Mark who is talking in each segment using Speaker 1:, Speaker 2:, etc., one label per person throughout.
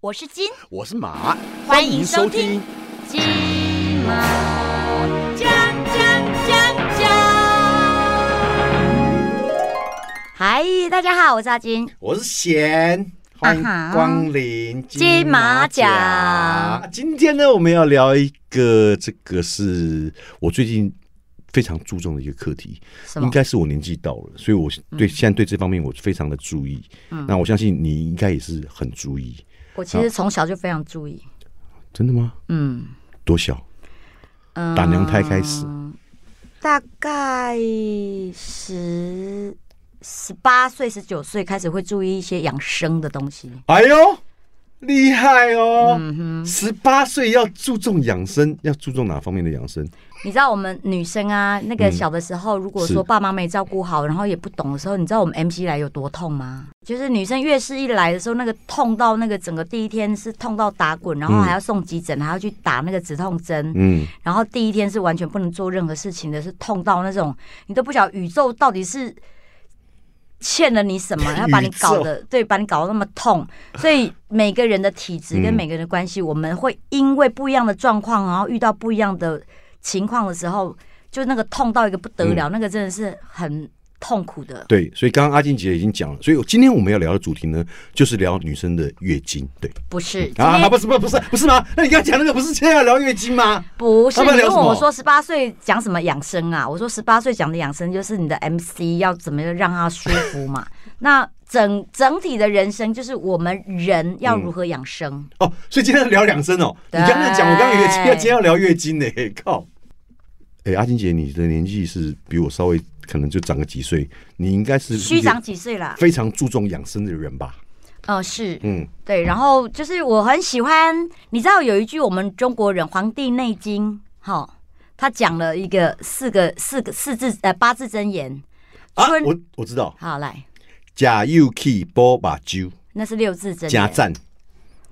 Speaker 1: 我是金，
Speaker 2: 我是马，
Speaker 1: 欢迎收听。金马讲讲讲讲。嗨，大家好，我是阿金。
Speaker 2: 我是贤，欢迎
Speaker 1: 啊哈
Speaker 2: 光临
Speaker 1: 金马奖
Speaker 2: 奖。啊今天呢，我们要聊一个，这个是我最近非常注重的一个课题，
Speaker 1: 什
Speaker 2: 应
Speaker 1: 么？嗯
Speaker 2: 该是我年纪到了，所以我对、现在对这方面我非常的注意。那我相信你应该也是很注意，
Speaker 1: 我其实从小就非常注意。
Speaker 2: 真的吗？
Speaker 1: 嗯
Speaker 2: 多小？
Speaker 1: 嗯，
Speaker 2: 打娘胎开始，
Speaker 1: 大概十十八岁、十九岁开始会注意一些养生的东西。
Speaker 2: 哎呦，厉害哦！
Speaker 1: 嗯哼。
Speaker 2: 十八岁要注重养生，要注重哪方面的养生？
Speaker 1: 你知道我们女生啊，那个小的时候，如果
Speaker 2: 嗯是
Speaker 1: 说爸妈没照顾好，然后也不懂的时候，你知道我们 MC 来有多痛吗？就是女生月事一来的时候，那个痛到那个整个第一天是痛到打滚，然后
Speaker 2: 嗯
Speaker 1: 还要送急诊，还要去打那个止痛针，
Speaker 2: 嗯，
Speaker 1: 然后第一天是完全不能做任何事情的，是痛到那种你都不晓得宇宙到底是欠了你什么，要把你搞得对，把你搞得那么痛。所以每个人的体质跟
Speaker 2: 嗯
Speaker 1: 每个人的关系，我们会因为不一样的状况，然后遇到不一样的情况的时候，就那个痛到一个不得了，那个真的是很痛苦的。
Speaker 2: 对，所以刚刚阿金姐已经讲了，所以我今天我们要聊的主题呢，就是聊女生的月经。对
Speaker 1: 不是今
Speaker 2: 啊，
Speaker 1: 天
Speaker 2: 不是不是不是不是吗？那你刚刚讲那个不是现在要聊月经吗？
Speaker 1: 不是
Speaker 2: 要
Speaker 1: 你问
Speaker 2: 不然聊什么
Speaker 1: 我说十八岁讲什么养生啊？我说十八岁讲的养生就是你的 MC 要怎么样让它舒服 嘛。那整整体的人生就是我们人要如何养生。
Speaker 2: 哦，所以今天要聊养生哦。你刚刚讲我刚刚以为
Speaker 1: 对
Speaker 2: 今天今天要聊月经呢，靠！哎，阿金姐，你的年纪是比我稍微可能就长个几岁，你应嗯该是
Speaker 1: 虚长几岁啦？
Speaker 2: 非常注重养生的人吧？
Speaker 1: 嗯，是
Speaker 2: 嗯，
Speaker 1: 对。然后就是我很喜欢，你知道有一句我们中国人《黄帝内经》哈，他讲了一个四个四个四字呃八字真言。
Speaker 2: 啊
Speaker 1: 春，
Speaker 2: 我我知道，
Speaker 1: 好来，
Speaker 2: 假又 key 波把揪
Speaker 1: 那是六字真
Speaker 2: 加
Speaker 1: 言。
Speaker 2: 赞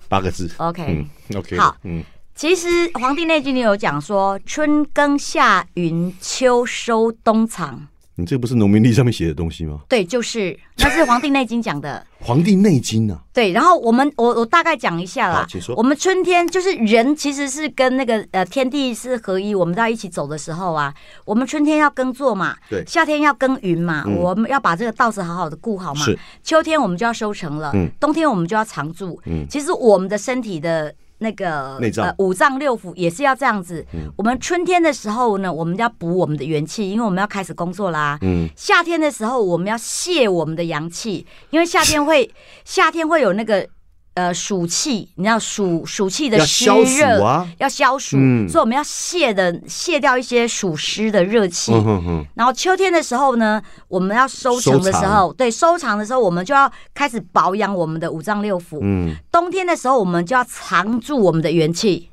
Speaker 2: 八个字。
Speaker 1: OK，、
Speaker 2: 嗯，OK，
Speaker 1: 好
Speaker 2: 嗯，
Speaker 1: 其 实《黄帝内经》里有讲说，春耕夏耘秋收冬藏，
Speaker 2: 你这不是农民历上面写的东西吗？
Speaker 1: 对，就是那是《黄帝内经》讲的。
Speaker 2: 《黄帝内经》啊，
Speaker 1: 对，然后我们我我大概讲一下啦
Speaker 2: 好请说。
Speaker 1: 我们春天就是人其实是跟那个呃天地是合一，我们在一起走的时候啊，我们春天要耕作嘛，
Speaker 2: 对嗯
Speaker 1: 夏天要耕耘嘛，我们要把这个稻子好好的顾好嘛，
Speaker 2: 是
Speaker 1: 秋天我们就要收成了，
Speaker 2: 嗯
Speaker 1: 冬天我们就要常住。其实我们的身体的。那个
Speaker 2: 内脏嗯
Speaker 1: 呃、五脏六腑也是要这样子。我们春天的时候呢，我们要补我们的元气，因为我们要开始工作啦。
Speaker 2: 嗯，
Speaker 1: 夏天的时候，我们要泄我们的阳气，因为夏天会 夏天会有那个呃暑气，你知道暑暑气的
Speaker 2: 要
Speaker 1: 湿
Speaker 2: 消暑
Speaker 1: 热
Speaker 2: 啊
Speaker 1: 要消暑，
Speaker 2: 嗯
Speaker 1: 所以我们要泄的泄掉一些暑湿的热气。
Speaker 2: 嗯哼哼，
Speaker 1: 然后秋天的时候呢，我们要收成的时候，对收藏的时候，我们就要开始保养我们的五脏六腑。
Speaker 2: 嗯，
Speaker 1: 冬天的时候，我们就要藏住我们的元气。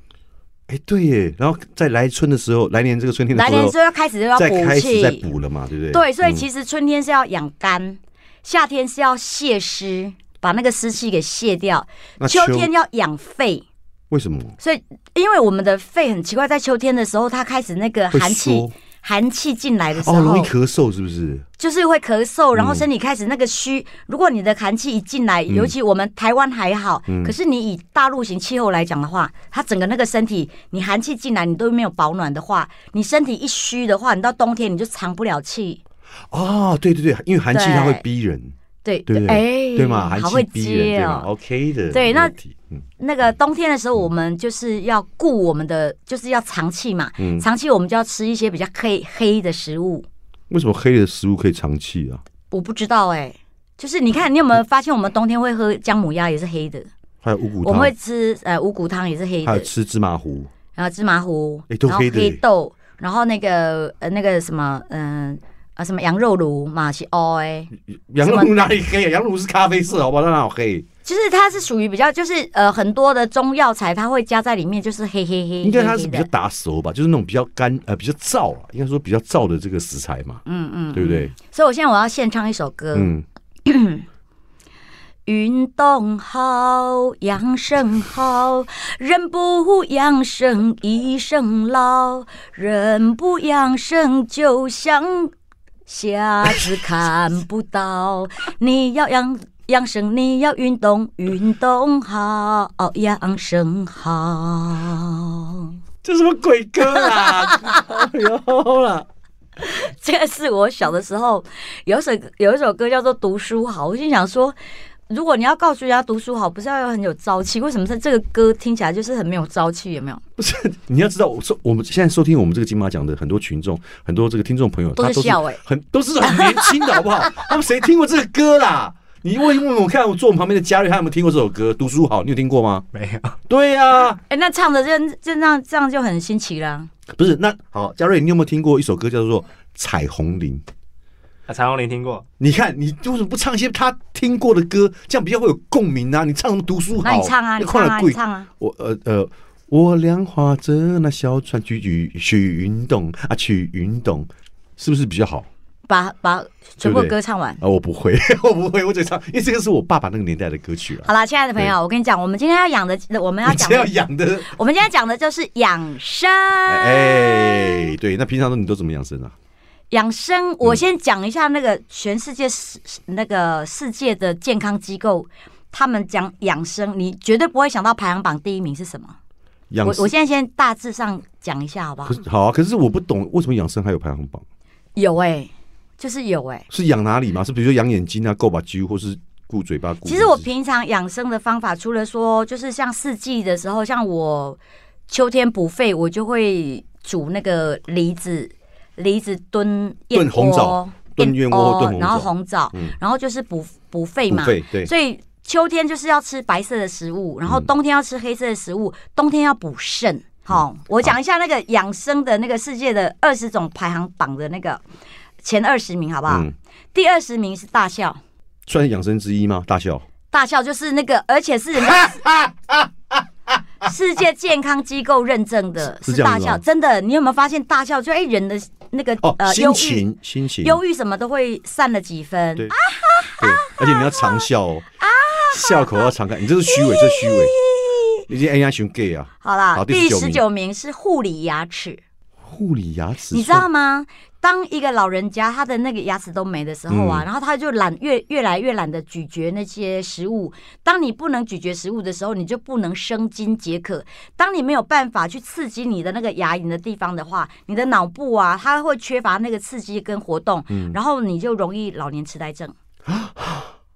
Speaker 2: 哎，对耶，然后在来春的时候，来年这个春天的
Speaker 1: 来
Speaker 2: 时
Speaker 1: 年
Speaker 2: 候，
Speaker 1: 之后要开始就要
Speaker 2: 再
Speaker 1: 补
Speaker 2: 开始
Speaker 1: 气，
Speaker 2: 再补了嘛，对不对？
Speaker 1: 对，所以
Speaker 2: 嗯
Speaker 1: 其实春天是要养肝，夏天是要泄湿，把那个湿气给泄掉。
Speaker 2: 那
Speaker 1: 秋
Speaker 2: 秋
Speaker 1: 天要养肺，
Speaker 2: 为什么
Speaker 1: 所以因为我们的肺很奇怪，在秋天的时候，它开始那个
Speaker 2: 会
Speaker 1: 寒气
Speaker 2: 缩。
Speaker 1: 寒气进来的时
Speaker 2: 哦，
Speaker 1: 候，
Speaker 2: 容易咳嗯嗽是不是？
Speaker 1: 就是会咳嗽，然后身体开始那个虚。如果你的寒气一进来，
Speaker 2: 嗯
Speaker 1: 尤其我们台湾还好，可是你以大陆型气候来讲的话，它整个那个身体，你寒气进来，你都没有保暖的话，你身体一虚的话，你到冬天你就藏不了气。
Speaker 2: 哦，对对对，因为寒气
Speaker 1: 对
Speaker 2: 它会逼人，
Speaker 1: 对
Speaker 2: 对不对？
Speaker 1: 哎，
Speaker 2: 对嘛，寒
Speaker 1: 好会
Speaker 2: 气逼人，
Speaker 1: 接
Speaker 2: 对嘛
Speaker 1: 哦。
Speaker 2: ？OK 的，
Speaker 1: 对
Speaker 2: 没
Speaker 1: 那
Speaker 2: 问题嗯，
Speaker 1: 那个冬天的时候，我们就是要顾我们的，就是要藏气嘛。
Speaker 2: 嗯
Speaker 1: 藏气我们就要吃一些比较黑黑的食物。
Speaker 2: 为什么黑的食物可以长气啊？
Speaker 1: 我不知道哎，就是你看，你有没有发现我们冬天会喝姜母鸭也是黑的，
Speaker 2: 还有五谷
Speaker 1: 我
Speaker 2: 汤
Speaker 1: 们，会吃呃五谷汤也是黑
Speaker 2: 还有
Speaker 1: 的，
Speaker 2: 吃芝麻糊，
Speaker 1: 然后芝麻糊，
Speaker 2: 哎都
Speaker 1: 然后
Speaker 2: 黑的
Speaker 1: 黑豆，然后那个呃那个什么嗯。啊，什么羊肉炉、马西欧哎，
Speaker 2: 羊
Speaker 1: 什么
Speaker 2: 乳哪里黑啊？羊乳是咖啡色，好不好？那哪有黑？
Speaker 1: 就是它是属于比较，就是呃很多的中药材，它会加在里面，就是黑黑黑。
Speaker 2: 应该它
Speaker 1: 黑
Speaker 2: 是
Speaker 1: 黑
Speaker 2: 比
Speaker 1: 的
Speaker 2: 较打熟吧，就是那种比较干呃比较燥啊，应该说比较燥的这个食材嘛，
Speaker 1: 嗯嗯，
Speaker 2: 对不对？
Speaker 1: 所以我现在我要献唱一首歌，
Speaker 2: 嗯，
Speaker 1: 运动好，养生好，人不养生一生老，人不养生就像。瞎子看不到，你要养养生你要运动，运动好，养生好。
Speaker 2: 这什么鬼歌啊 啦？有啦，
Speaker 1: 这个是我小的时候有一首有一首歌叫做《读书好》，我心想说，如果你要告诉人家读书好，不是要很有朝气？为什么是这个歌听起来就是很没有朝气？有没有？
Speaker 2: 不是你要知道，我说我们现在收听我们这个金马奖的很多群众，很多这个听众朋友，
Speaker 1: 都
Speaker 2: 他
Speaker 1: 是
Speaker 2: 都是
Speaker 1: 笑欸
Speaker 2: 很都是很年轻的好不好？他们谁听过这个歌啦？你问问我看，我坐我们旁边的嘉瑞，他有没有听过这首歌《读书好》？你有听过吗？
Speaker 3: 没有，
Speaker 2: 对呀、啊，
Speaker 1: 哎，那唱的这这样这样就很新奇啦。
Speaker 2: 不是那好，嘉瑞，你有没有听过一首歌叫做《彩虹林》？
Speaker 3: 啊，彩虹林听过，
Speaker 2: 你看，你为什么不唱一些他听过的歌？这样比较会有共鸣啊！你唱什么读书好？
Speaker 1: 那你唱啊，你
Speaker 2: 看
Speaker 1: 唱
Speaker 2: 了
Speaker 1: 啊，
Speaker 2: 贵
Speaker 1: 你唱啊。
Speaker 2: 我呃呃，我俩划着那小船去去去运动啊，去运动，是不是比较好？
Speaker 1: 把把全部
Speaker 2: 对不对
Speaker 1: 歌唱完。
Speaker 2: 啊，我不会， 我不会，我只唱，因为这个是我爸爸那个年代的歌曲啊。
Speaker 1: 好啦，亲爱的朋友，我跟你讲，我们今天要养的，我们要
Speaker 2: 你
Speaker 1: 讲
Speaker 2: 这
Speaker 1: 的
Speaker 2: 要养的，
Speaker 1: 我们今天讲的就是养生。
Speaker 2: 哎，对，那平常都你都怎么养生啊？
Speaker 1: 养生，
Speaker 2: 嗯
Speaker 1: 我先讲一下那个全世界世那个世界的健康机构，他们讲养生，你绝对不会想到排行榜第一名是什么。
Speaker 2: 养
Speaker 1: 我我
Speaker 2: 生
Speaker 1: 现在先大致上讲一下，好不好
Speaker 2: 可？是好啊，可是我不懂为什么养生还有排行榜，
Speaker 1: 有哎、就是有哎、
Speaker 2: 是养哪里吗？是比如说养眼睛啊、够把肌，或是顾嘴巴、顾鼻子。
Speaker 1: 其实我平常养生的方法，除了说就是像四季的时候，像我秋天补肺，我就会煮那个梨子，梨子炖燕
Speaker 2: 炖红
Speaker 1: 窝哦
Speaker 2: 枣、炖燕窝炖红枣
Speaker 1: 然后红枣，
Speaker 2: 嗯
Speaker 1: 然后就是补补肺
Speaker 2: 补
Speaker 1: 嘛。
Speaker 2: 肺对，嗯
Speaker 1: 所以秋天就是要吃白色的食物，然后冬天要吃黑色的食物，冬天要补肾。好、
Speaker 2: 嗯
Speaker 1: 我讲一下那个养生的那个世界的二十种排行榜的那个前二十名，好不好？
Speaker 2: 嗯，
Speaker 1: 第二十名是大笑，
Speaker 2: 算是养生之一吗？大笑。
Speaker 1: 大笑就是那个，而且是人家 世界健康机构认证的，
Speaker 2: 是
Speaker 1: 是
Speaker 2: 这样
Speaker 1: 大
Speaker 2: 子吗
Speaker 1: 笑。真的，你有没有发现大笑就哎、人的那个、呃
Speaker 2: 哦，
Speaker 1: 忧郁、
Speaker 2: 心情，心情，
Speaker 1: 忧郁什么都会散了几分
Speaker 2: 对。对，而且你要常笑哦，
Speaker 1: 啊
Speaker 2: 笑口要常开，你这是虚伪，这是虚伪，你这 AI 熊 gay 啊，
Speaker 1: 好啦，
Speaker 2: 好第
Speaker 1: 第
Speaker 2: 19
Speaker 1: 十九名是护理牙齿。
Speaker 2: 护理牙齿，
Speaker 1: 你知道吗？当一个老人家他的那个牙齿都没的时候啊，
Speaker 2: 嗯
Speaker 1: 然后他就懒，越越来越懒得咀嚼那些食物。当你不能咀嚼食物的时候，你就不能生津解渴。当你没有办法去刺激你的那个牙龈的地方的话，你的脑部啊，它会缺乏那个刺激跟活动，
Speaker 2: 嗯
Speaker 1: 然后你就容易老年痴呆症。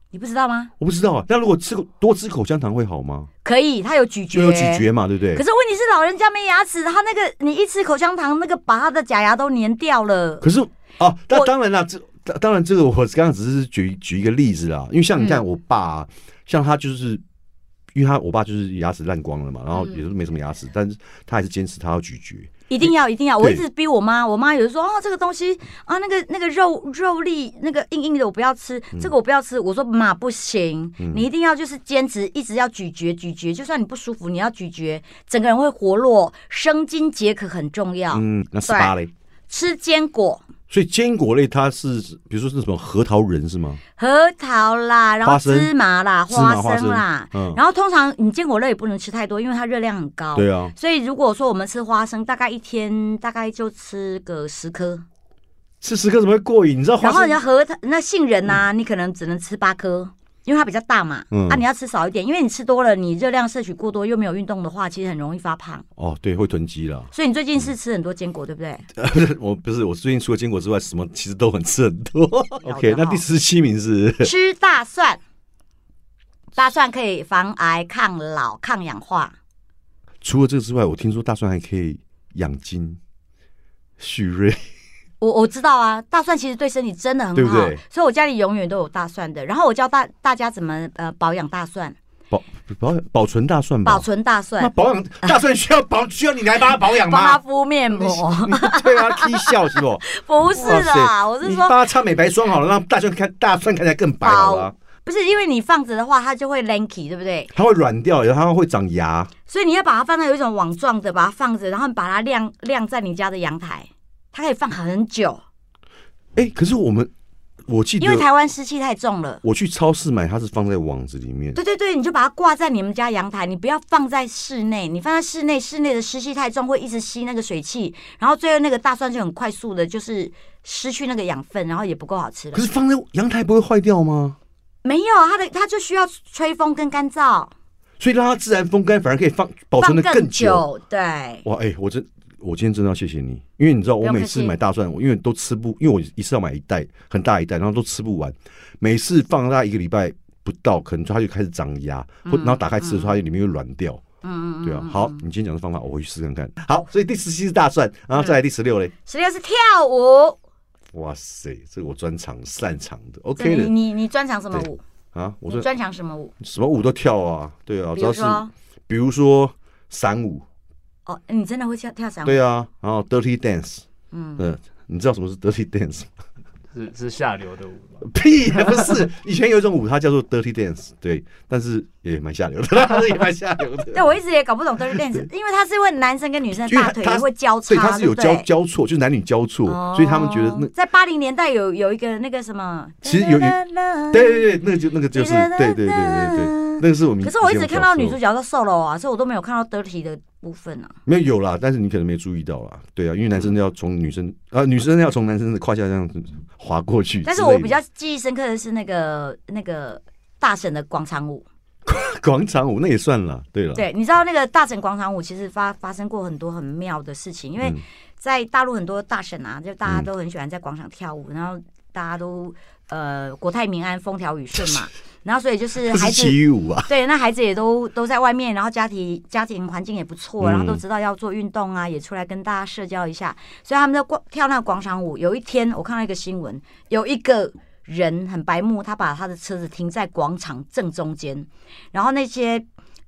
Speaker 1: 你不知道吗？
Speaker 2: 我不知道啊。那如果吃口多吃口香糖会好吗？
Speaker 1: 可以，它有咀嚼，
Speaker 2: 就有咀嚼嘛，对不
Speaker 1: 可
Speaker 2: 对？
Speaker 1: 是问题是，老人家没牙齿，他那个你一吃口香糖，那个把他的假牙都粘掉了。
Speaker 2: 可是哦，那
Speaker 1: 我
Speaker 2: 当然啦，这当当然这个我刚刚只是举举一个例子啦，因为像
Speaker 1: 嗯
Speaker 2: 你看我爸啊，像他就是。因为他我爸就是牙齿烂光了嘛，然
Speaker 1: 嗯
Speaker 2: 后也是没什么牙齿，但是他还是坚持他要咀嚼。
Speaker 1: 一定要一定要！我
Speaker 2: 对
Speaker 1: 一直逼我妈，我妈有时候说哦，这个东西啊，那个那个肉肉粒那个硬硬的，我不要吃，
Speaker 2: 嗯
Speaker 1: 这个我不要吃。我说妈不行，你一定要就是坚持，一直要咀嚼咀嚼，就算你不舒服，你要咀嚼，整个人会活络，生津解渴很重要。
Speaker 2: 嗯，那十八嘞，
Speaker 1: 吃坚果，
Speaker 2: 所以坚果类它是，比如说是什么核桃仁是吗？
Speaker 1: 核桃啦，然后
Speaker 2: 花生
Speaker 1: 芝麻啦，
Speaker 2: 芝麻
Speaker 1: 花生啦，
Speaker 2: 花生嗯
Speaker 1: 然后通常你坚果类也不能吃太多，因为它热量很高。
Speaker 2: 对啊，
Speaker 1: 所以如果说我们吃花生，大概一天大概就吃个十颗。
Speaker 2: 吃十颗怎么会过瘾？你知道花
Speaker 1: 然后
Speaker 2: 生
Speaker 1: 你要核桃，那杏仁呐、你可能只能吃八颗，因为它比较大嘛。
Speaker 2: 嗯
Speaker 1: 啊，你要吃少一点，因为你吃多了，你热量摄取过多，又没有运动的话，其实很容易发胖。
Speaker 2: 哦，对，会囤积啦。
Speaker 1: 所以你最近是
Speaker 2: 嗯
Speaker 1: 吃很多坚果，对不对？
Speaker 2: 我不是我最近除了坚果之外，什么其实都很吃很 多。OK，
Speaker 1: 好的
Speaker 2: 那第十七名是
Speaker 1: 吃大蒜，大蒜可以防癌、抗老、抗氧化。
Speaker 2: 除了这个之外，我听说大蒜还可以养精蓄锐。
Speaker 1: 我我知道啊，大蒜其实对身体真的很好，
Speaker 2: 对不对
Speaker 1: 所以我家里永远都有大蒜的。然后我教大大家怎么呃保养大蒜，
Speaker 2: 保保保存大蒜吧，
Speaker 1: 保存大
Speaker 2: 嗯那
Speaker 1: 蒜，
Speaker 2: 保养大蒜需要保需要你来帮它保养
Speaker 1: 帮它
Speaker 2: 吗？
Speaker 1: 敷面膜。
Speaker 2: 对啊，踢笑是 不？
Speaker 1: 不是
Speaker 2: 哇塞
Speaker 1: 啦，我是
Speaker 2: 你
Speaker 1: 说
Speaker 2: 帮它擦美白霜好了，让大蒜看大蒜看起来更白好了，
Speaker 1: 不是因为你放着的话，它就会 lanky，对不对？
Speaker 2: 它会软掉，然后它会长芽。
Speaker 1: 所以你要把它放在有一种网状的，把它放着，然后你把它晾晾在你家的阳台，它可以放很久，
Speaker 2: 哎，可是我们我记
Speaker 1: 因为
Speaker 2: 得
Speaker 1: 台湾湿气太重了。
Speaker 2: 我去超市买，它是放在网子里面。
Speaker 1: 对对对，你就把它挂在你们家阳台，你不要放在室内。你放在室内，室内的湿气太重，会一直吸那个水汽，然后最后那个大蒜就很快速的，就是失去那个养分，然后也不够好吃了
Speaker 2: 可。是放在阳台不会坏掉吗？
Speaker 1: 没有它的，它就需要吹风跟干燥，
Speaker 2: 所以让它自然风干，反而可以放保
Speaker 1: 放
Speaker 2: 存哦的
Speaker 1: 更
Speaker 2: 久。
Speaker 1: 久。对，
Speaker 2: 哇，哎、我真我今天真的要谢谢你，因为你知道
Speaker 1: 不
Speaker 2: 我
Speaker 1: 用
Speaker 2: 每
Speaker 1: 客
Speaker 2: 次
Speaker 1: 气
Speaker 2: 买大蒜，我因为都吃不，因为我一次要买一袋很大一袋，然后都吃不完，每次放大概一个礼拜不到，可能它就开始长芽，或然后打开吃的时候，它里面又软掉。
Speaker 1: 嗯，
Speaker 2: 对啊，好，你今天讲的方法，我回去试看看。好，所以第十七是大蒜，然后
Speaker 1: 嗯
Speaker 2: 再来第十六嘞，
Speaker 1: 十六是跳舞。
Speaker 2: 哇塞，这个我专长擅长的
Speaker 1: 这
Speaker 2: ，OK
Speaker 1: 你
Speaker 2: 的
Speaker 1: 你你专长什么
Speaker 2: 对
Speaker 1: 舞？
Speaker 2: 啊，我
Speaker 1: 你
Speaker 2: 说
Speaker 1: 专长什么舞？
Speaker 2: 什么舞都跳啊，对啊，
Speaker 1: 比
Speaker 2: 只要
Speaker 1: 如
Speaker 2: 是
Speaker 1: 说，
Speaker 2: 比如说散舞，
Speaker 1: 哦，你真的会跳跳伞舞？
Speaker 2: 对啊，然后 dirty dance，
Speaker 1: 嗯，
Speaker 2: 嗯，你知道什么是 dirty dance 吗？
Speaker 3: 是是下流的舞吗？
Speaker 2: 屁，不是，以前有一种舞，它叫做 dirty dance，对，但是也蛮下流的，也 蛮下流的。
Speaker 1: 对我一直也搞不懂 dirty dance，因为它是会男生跟女生的
Speaker 2: 因为
Speaker 1: 大
Speaker 2: 它
Speaker 1: 腿
Speaker 2: 它
Speaker 1: 也会交叉，
Speaker 2: 所以它是有
Speaker 1: 不
Speaker 2: 交
Speaker 1: 对
Speaker 2: 交错，就是男女交错，
Speaker 1: 哦
Speaker 2: 所以他们觉得那
Speaker 1: 在八零年代有有一个那个什么，
Speaker 2: 其实有有
Speaker 1: 对
Speaker 2: 对对对，那个就那个就是对对对对对，那个是我们以
Speaker 1: 可
Speaker 2: 前小时候。
Speaker 1: 是我一直看到女主角都瘦了啊，所以我都没有看到 dirty 的部分啊。
Speaker 2: 没有有啦，但是你可能没注意到啦，对啊，因为男生要从女生啊、女生要从男生的胯下这样子滑过去之类的。
Speaker 1: 但是我比较记忆深刻的是那个那个大婶的广场舞。
Speaker 2: 广场舞那也算了，对了，
Speaker 1: 对，你知道那个大婶广场舞其实发发生过很多很妙的事情，因为
Speaker 2: 嗯
Speaker 1: 在大陆很多大婶啊，就大家都很喜欢在广场跳舞，然后大家都呃国泰民安、风调雨顺 嘛，然后所以就是
Speaker 2: 这
Speaker 1: 孩子
Speaker 2: 是奇遇舞啊，
Speaker 1: 对，那孩子也都都在外面，然后家庭家庭环境也不错，
Speaker 2: 嗯
Speaker 1: 然后都知道要做运动啊，也出来跟大家社交一下，所以他们在广跳那个广场舞。有一天我看到一个新闻，有一个人很白目，他把他的车子停在广场正中间，然后那些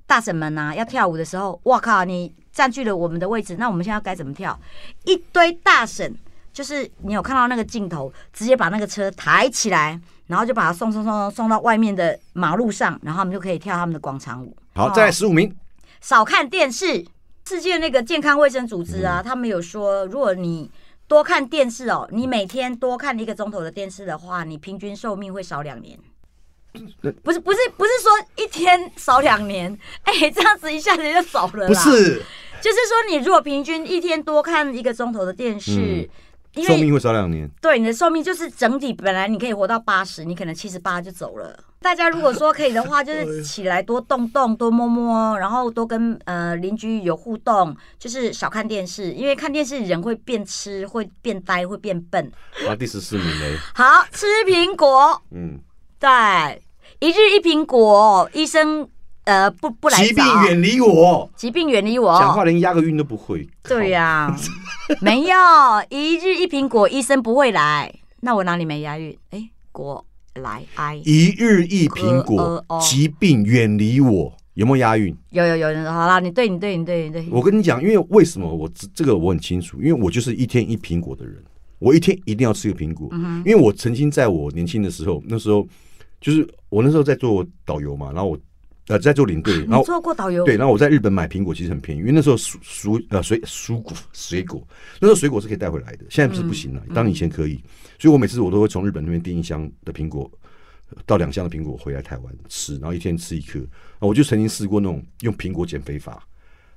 Speaker 1: 大婶们啊要跳舞的时候，哇靠，你占据了我们的位置，那我们现在要该怎么跳？一堆大婶。就是你有看到那个镜头，直接把那个车抬起来，然后就把它送送送送送到外面的马路上，然后他们就可以跳他们的广场舞。
Speaker 2: 好，再来十五名，
Speaker 1: 少看电视。世界那个健康卫生组织
Speaker 2: 嗯
Speaker 1: 啊，他们有说，如果你多看电视哦，你每天多看一个钟头的电视的话，你平均寿命会少两年。不是不是不是说一天少两年， 哎、这样子一下子就少了啦。
Speaker 2: 不，是
Speaker 1: 就是说你如果平均一天多看一个钟头的电视，因
Speaker 2: 嗯寿
Speaker 1: 为
Speaker 2: 命会少两年，
Speaker 1: 对你的寿命就是整体，本来你可以活到八十，你可能七十八就走了。大家如果说可以的话，
Speaker 2: 哎
Speaker 1: 就是起来多动动，多摸摸，然后多跟呃邻居有互动，就是少看电视，因为看电视人会变痴，会变呆，会变笨。
Speaker 2: 啊，第十四名嘞，
Speaker 1: 好吃苹果，
Speaker 2: 嗯，
Speaker 1: 对，一日一苹果，医生呃不不来
Speaker 2: 疾病
Speaker 1: 找，
Speaker 2: 远离我，
Speaker 1: 疾病远离
Speaker 2: 讲话
Speaker 1: 我。
Speaker 2: 连押个韵都不会，
Speaker 1: 对呀、 没有一日一苹果，医生不会来。那我哪里没押韵？哎，果来哀。
Speaker 2: 一日一苹果
Speaker 1: 呃呃哦，
Speaker 2: 疾病远离我，有没有押韵？
Speaker 1: 有有有，好啦，你对你对你对你对，
Speaker 2: 我跟你讲，因为为什么我知这个我很清楚，因为我就是一天一苹果的人，我一天一定要吃一个苹果，因为我曾经在我年轻的时候，那时候就是我那时候在做导游嘛，然后我呃在做领队，然
Speaker 1: 你
Speaker 2: 后
Speaker 1: 做过导游，
Speaker 2: 对，然后我在日本买苹果其实很便宜，因为那时候蔬蔬呃水蔬果水果，那时候水果是可以带回来的，现在是不
Speaker 1: 嗯
Speaker 2: 行了，当然以前可以，所以我每次我都会从日本那边订一箱的苹果。到两箱的苹果回来台湾吃，然后一天吃一颗。啊我就曾经试过那种用苹果减肥法，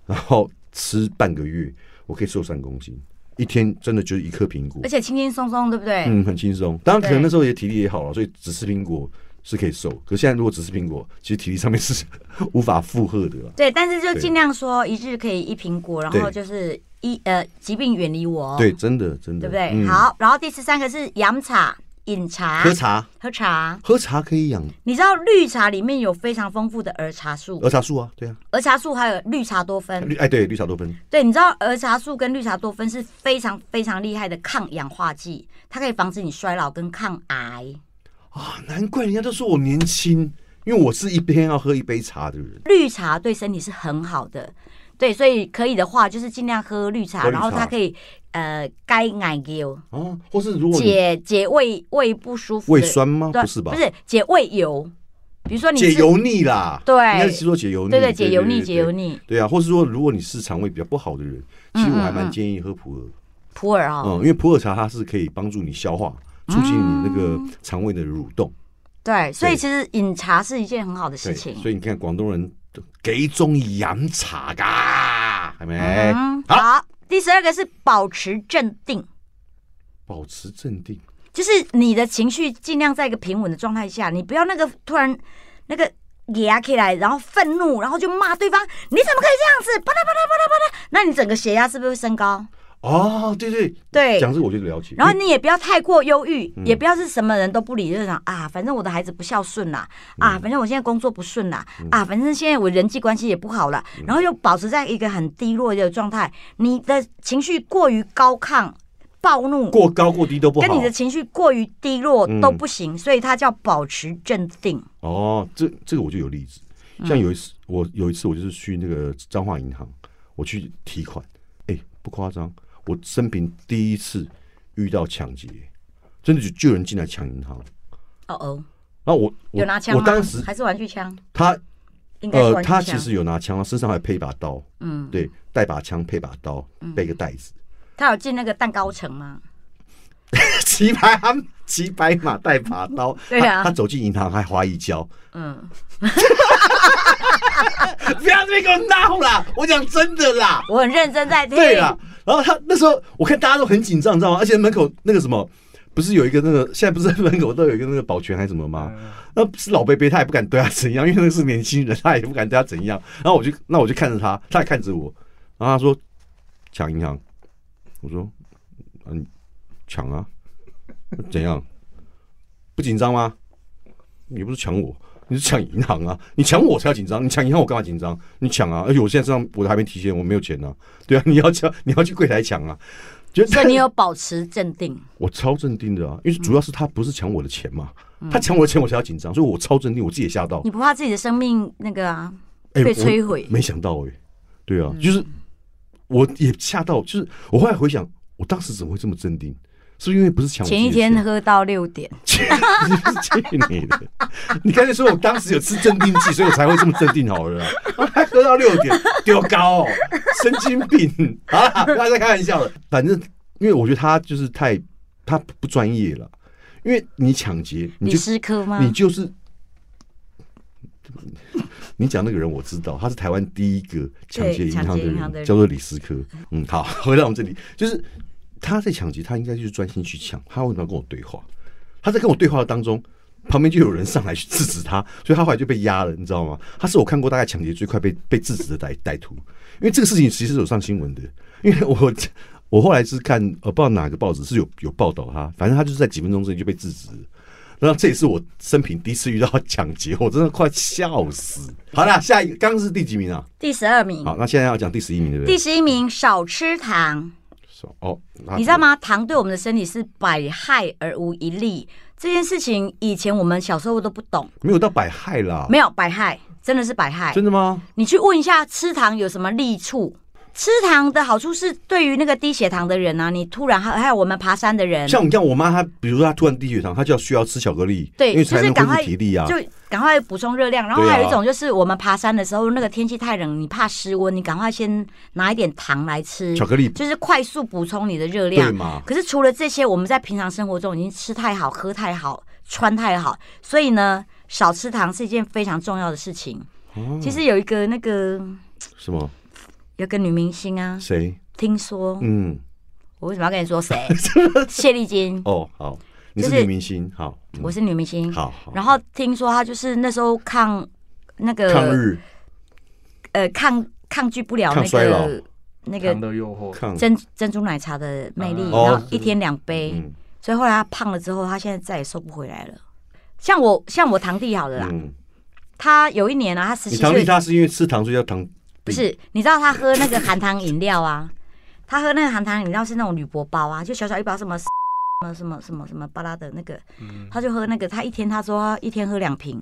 Speaker 2: 然后吃半个月，我可以瘦三公斤，一天真的就是一颗苹果
Speaker 1: 而，且轻轻松松，对不对？
Speaker 2: 嗯，很轻松。当然，可能
Speaker 1: 对
Speaker 2: 那时候也体力也好了，啊所以只吃苹果是可以瘦。可是现在如果只吃苹果，其实体力上面是 无法负荷的啊了。
Speaker 1: 对，但是就
Speaker 2: 对
Speaker 1: 尽量说一日可以一苹果，然后
Speaker 2: 对
Speaker 1: 就是一呃疾病远离我，
Speaker 2: 对，真的，真
Speaker 1: 哦对
Speaker 2: 的，
Speaker 1: 不对？
Speaker 2: 嗯，
Speaker 1: 好，然后第十三个是养茶、饮茶、
Speaker 2: 喝茶，
Speaker 1: 喝茶。
Speaker 2: 喝茶可以养
Speaker 1: 你知道绿茶里面有非常丰富的儿茶素
Speaker 2: 儿，茶素啊，对啊，
Speaker 1: 儿茶素还有绿茶多酚。
Speaker 2: 绿哎对，绿茶多酚，
Speaker 1: 对，你知道儿茶素跟绿茶多酚是非常非常厉害的抗氧化剂，它可以防止你衰老跟抗癌。
Speaker 2: 啊难怪人家都说我年轻，因为我是一天要喝一杯茶的人。
Speaker 1: 绿茶对身体是很好的，对，所以可以的话就是尽量喝绿茶，
Speaker 2: 喝绿茶
Speaker 1: 然后它可以呃该奶油
Speaker 2: 哦，或是如果你
Speaker 1: 解解胃胃不舒服的
Speaker 2: 胃酸吗？
Speaker 1: 对
Speaker 2: 不是吧
Speaker 1: 不？是解胃油，比如说你
Speaker 2: 解
Speaker 1: 吃
Speaker 2: 油腻啦，
Speaker 1: 对
Speaker 2: 应该是说解油腻，
Speaker 1: 对对解油腻解油
Speaker 2: 腻，
Speaker 1: 腻
Speaker 2: 对啊，或是说如果你是肠胃比较不好的人，其实我还蛮建议喝普洱，
Speaker 1: 普洱嗯哦，
Speaker 2: 嗯，因为普洱茶它是可以帮助你消化，促进你那个
Speaker 1: 嗯
Speaker 2: 肠胃的蠕动，
Speaker 1: 对，所以
Speaker 2: 对
Speaker 1: 其实饮茶是一件很好的事
Speaker 2: 对，
Speaker 1: 情。嗯
Speaker 2: 所以你看广东人给中洋茶噶，还没
Speaker 1: 嗯，
Speaker 2: 哎好
Speaker 1: 好，第十二个是保持镇定。
Speaker 2: 保持镇定，
Speaker 1: 就是你的情绪尽量在一个平稳的状态下，你不要那个突然那个压起来，然后愤怒，然后就骂对方，你怎么可以这样子？巴拉巴拉巴拉巴拉，那你整个血压是不是会升高？
Speaker 2: 哦，对对
Speaker 1: 对
Speaker 2: 讲这个我就了解。
Speaker 1: 然后你也不要太过忧郁，也不要是什么人都不理，就是想啊，反正我的孩子不孝顺啦，啊，反正我现在工作不顺啦，啊，反正现在我人际关系也不好了，然后又保持在一个很低落的状态，你的情绪过于高亢、暴怒，
Speaker 2: 过高过低都不好。
Speaker 1: 跟你的情绪过于低落
Speaker 2: 嗯
Speaker 1: 都不行，所以它叫保持镇定。
Speaker 2: 哦，这这个我就有例子，
Speaker 1: 嗯
Speaker 2: 像有一次、我有一次我就是去那个彰化银行，我去提款，哎、不夸张，我生平第一次遇到抢劫，真的就就有人进来抢银行，
Speaker 1: 哦哦，
Speaker 2: 然后我我
Speaker 1: 有拿枪
Speaker 2: 我
Speaker 1: 吗？
Speaker 2: 当时
Speaker 1: 还是玩具枪？
Speaker 2: 他
Speaker 1: 应该是
Speaker 2: 呃
Speaker 1: 玩具
Speaker 2: 他
Speaker 1: 枪。
Speaker 2: 其实有拿枪，身上还配一把刀，
Speaker 1: 嗯，
Speaker 2: 对，带把枪配把刀，背个袋子，
Speaker 1: 他有进那个蛋糕城吗？
Speaker 2: 骑白马骑白马带把刀，
Speaker 1: 对啊
Speaker 2: 他他走进银行还滑一跤，
Speaker 1: 嗯，
Speaker 2: 不要这边给我闹啦，我讲真的啦。
Speaker 1: 我很认真在听。
Speaker 2: 对啊啦，然后他那时候我看大家都很紧张，你知道吗？而且门口那个什么，不是有一个那个现在不是门口都有一个那个保全还是什么
Speaker 3: 哦
Speaker 2: 吗？那是老贝贝，他也不敢对他怎样，因为那个是年轻人，他也不敢对他怎样。然后我就那我就看着他，他也看着我，然后他说抢银行，我说嗯抢啊，怎样？不紧张吗？你不是抢我，你是抢银行啊！你抢我才要紧张，你抢银行我干嘛紧张？你抢啊！而且我现在身上我还没提现，我没有钱啊。对啊，你要抢，你要去柜台抢啊！觉
Speaker 1: 所以你
Speaker 2: 得
Speaker 1: 有保持镇 定。
Speaker 2: 我超镇定的啊，因为主要是他不是抢我的钱嘛，
Speaker 1: 嗯
Speaker 2: 他抢我的钱我才要紧张，所以我超镇定，我自己也吓到，
Speaker 1: 你不怕自己的生命那个啊
Speaker 2: 哎
Speaker 1: 被嗯
Speaker 2: 我
Speaker 1: 摧毁？
Speaker 2: 没想到哎、对啊，就是我也吓到，就是我后来回想，我当时怎么会这么镇定？是不是因为不是抢我自
Speaker 1: 前一
Speaker 2: 己的
Speaker 1: 天
Speaker 2: 钱
Speaker 1: 喝到六点，
Speaker 2: 去你的！ 你刚才说我当时有吃镇定剂，所以我才会这么镇定好了啦。啊还喝到六点， 丢高哦，神经病！ 好啦，不要再开玩笑了。反正因为我觉得他就是太他不专业了，因为你抢劫，你
Speaker 1: 你
Speaker 2: 就
Speaker 1: 失科吗？
Speaker 2: 你就是你讲那个人我知道，他是台湾第一个抢劫银行
Speaker 1: 对抢
Speaker 2: 的
Speaker 1: 劫银行的
Speaker 2: 人，
Speaker 1: 人
Speaker 2: 叫做李斯科。嗯，好， 回到我们这里，就是他在抢劫，他应该就是专心去抢，他为什么要跟我对话？他在跟我对话的当中。旁边就有人上来去制止他，所以他后来就被压了，你知道吗？他是我看过大概抢劫最快被被制止的歹歹徒，因为这个事情其实是有上新闻的，因为我 我后来是看呃不知道哪个报纸是有有报道他，反正他就是在几分钟之内就被制止了。然后这也是我生平第一次遇到抢劫，我真的快笑死。好啦，下一个刚刚是第几名啊？
Speaker 1: 第十二名，
Speaker 2: 好，那现在要讲第十一名，对不
Speaker 1: 嗯第
Speaker 2: 对？
Speaker 1: 十一名少吃糖。
Speaker 2: 哦，那
Speaker 1: 你知道？吗？糖对我们的身体是百害而无一利。这件事情以前我们小时候都不懂，
Speaker 2: 没有到百害啦，
Speaker 1: 没有百害，真的是百害。
Speaker 2: 真的吗？
Speaker 1: 你去问一下吃糖有什么利处？吃糖的好处是对于那个低血糖的人啊，你突然还还有我们爬山的人，
Speaker 2: 像我像我妈，她比如说她突然低血糖，她就要需要吃巧克力，
Speaker 1: 对
Speaker 2: 因为
Speaker 1: 就
Speaker 2: 才
Speaker 1: 是
Speaker 2: 能
Speaker 1: 赶
Speaker 2: 恢复
Speaker 1: 快
Speaker 2: 体力啊。
Speaker 1: 就赶快补充热量。然后
Speaker 2: 对啊
Speaker 1: 还有一种就是我们爬山的时候，那个天气太冷，你怕失温，你赶快先拿一点糖来吃
Speaker 2: 巧，克力
Speaker 1: 就是快速补充你的热
Speaker 2: 对
Speaker 1: 量。
Speaker 2: 嘛？
Speaker 1: 可是除了这些，我们在平常生活中已经吃太好、喝太好、穿太好，所以呢，少吃糖是一件非常重要的事情。
Speaker 2: 哦
Speaker 1: 其实有一个那个
Speaker 2: 什么？
Speaker 1: 有个女明星啊，
Speaker 2: 谁？
Speaker 1: 听说
Speaker 2: 嗯，
Speaker 1: 我为什么要跟你说 谁？谢丽金，
Speaker 2: 哦，好，你是
Speaker 1: 就是
Speaker 2: 女明星，好，嗯
Speaker 1: 我是女明星。
Speaker 2: 好好。
Speaker 1: 然后听说她就是那时候抗那个
Speaker 2: 抗日
Speaker 1: 呃抗抗拒不了
Speaker 2: 抗
Speaker 1: 那
Speaker 2: 衰老
Speaker 1: 个那个
Speaker 3: 糖的诱惑，
Speaker 2: 抗
Speaker 1: 珍珍珠奶茶的魅力，
Speaker 2: 哦
Speaker 1: 然后一天两杯，
Speaker 2: 嗯
Speaker 1: 所以后来她胖了之后，她现在再也瘦不回来了。像我像我堂弟好了啦，
Speaker 2: 嗯，
Speaker 1: 他有一年啊，他十
Speaker 2: 你
Speaker 1: 七
Speaker 2: 糖弟
Speaker 1: 岁，
Speaker 2: 他是因为吃糖所以叫糖
Speaker 1: 不是你知道他喝那个含糖饮料啊， 他喝那个含糖饮料是那种铝箔包啊，就小小一包什么什么什么什么什么巴拉的那个，
Speaker 3: 嗯，
Speaker 1: 他就喝那个，他一天他说他一天喝两瓶，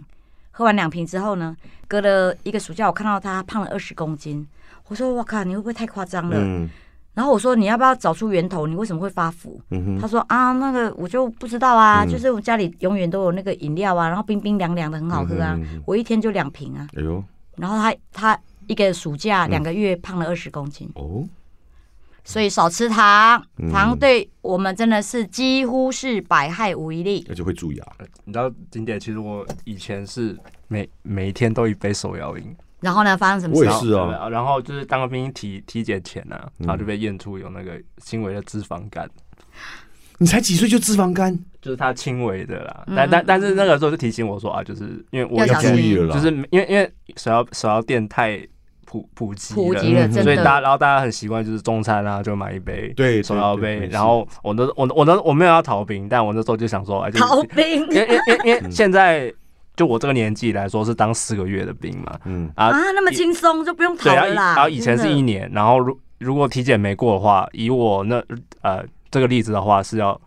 Speaker 1: 喝完两瓶之后呢，隔了一个暑假，我看到他胖了二十公斤，我说我靠，你会不会太夸张了？
Speaker 2: 嗯
Speaker 1: 然后我说你要不要找出源头，你为什么会发福？
Speaker 2: 嗯哼
Speaker 1: 他说啊，那个我就不知道啊，
Speaker 2: 嗯
Speaker 1: 就是我家里永远都有那个饮料啊，然后冰冰凉凉的很好喝啊，
Speaker 2: 嗯哼嗯哼
Speaker 1: 我一天就两瓶啊。
Speaker 2: 哎呦
Speaker 1: 然后他他一个暑假
Speaker 3: 嗯
Speaker 1: 两个月胖了二十公斤，
Speaker 2: 哦，
Speaker 1: 所以少吃糖
Speaker 2: 嗯，
Speaker 1: 糖对我们真的是几乎是百害无一利。
Speaker 2: 而且会蛀牙。
Speaker 3: 呃你知道景点其实我以前是每每一天都一杯手摇饮，
Speaker 1: 然后呢，发生什么
Speaker 2: 我
Speaker 1: 事
Speaker 2: 也？是
Speaker 3: 然后
Speaker 2: 啊嗯
Speaker 3: 对然后就是当兵体体检前呢、啊，然后就被验出有那个轻微的脂肪肝，
Speaker 2: 你才几岁就脂肪肝？
Speaker 3: 就是他轻微的啦。
Speaker 1: 嗯
Speaker 3: 但但但是那个时候就提醒我说啊，就是因为我
Speaker 1: 要
Speaker 3: 以
Speaker 1: 小心
Speaker 3: 前
Speaker 2: 注意了啦，
Speaker 3: 就是因为因为手摇手摇店太普普及
Speaker 1: 普
Speaker 3: 了，
Speaker 1: 及了，
Speaker 2: 嗯
Speaker 1: 真
Speaker 3: 所以大家
Speaker 1: 的。
Speaker 3: 然后大家很习惯就是中餐啊就买一杯
Speaker 2: 对
Speaker 3: 手摇
Speaker 2: 对对
Speaker 3: 杯，
Speaker 2: 没
Speaker 3: 然后我那我我那我没有要逃兵，但我那时候就想说，哎，就是
Speaker 1: 逃兵
Speaker 3: 因为因为因为因
Speaker 2: 嗯
Speaker 3: 为现在就我这个年纪来说是当四个月的兵嘛，
Speaker 2: 嗯，
Speaker 3: 啊
Speaker 1: 啊，那么轻松就不用逃
Speaker 3: 对，然后啊
Speaker 1: 了
Speaker 3: 以
Speaker 1: 啦。
Speaker 3: 然后以前是
Speaker 1: 真的
Speaker 3: 一年，然后如如果体检没过的话，以我那呃这个例子的话是要。嗯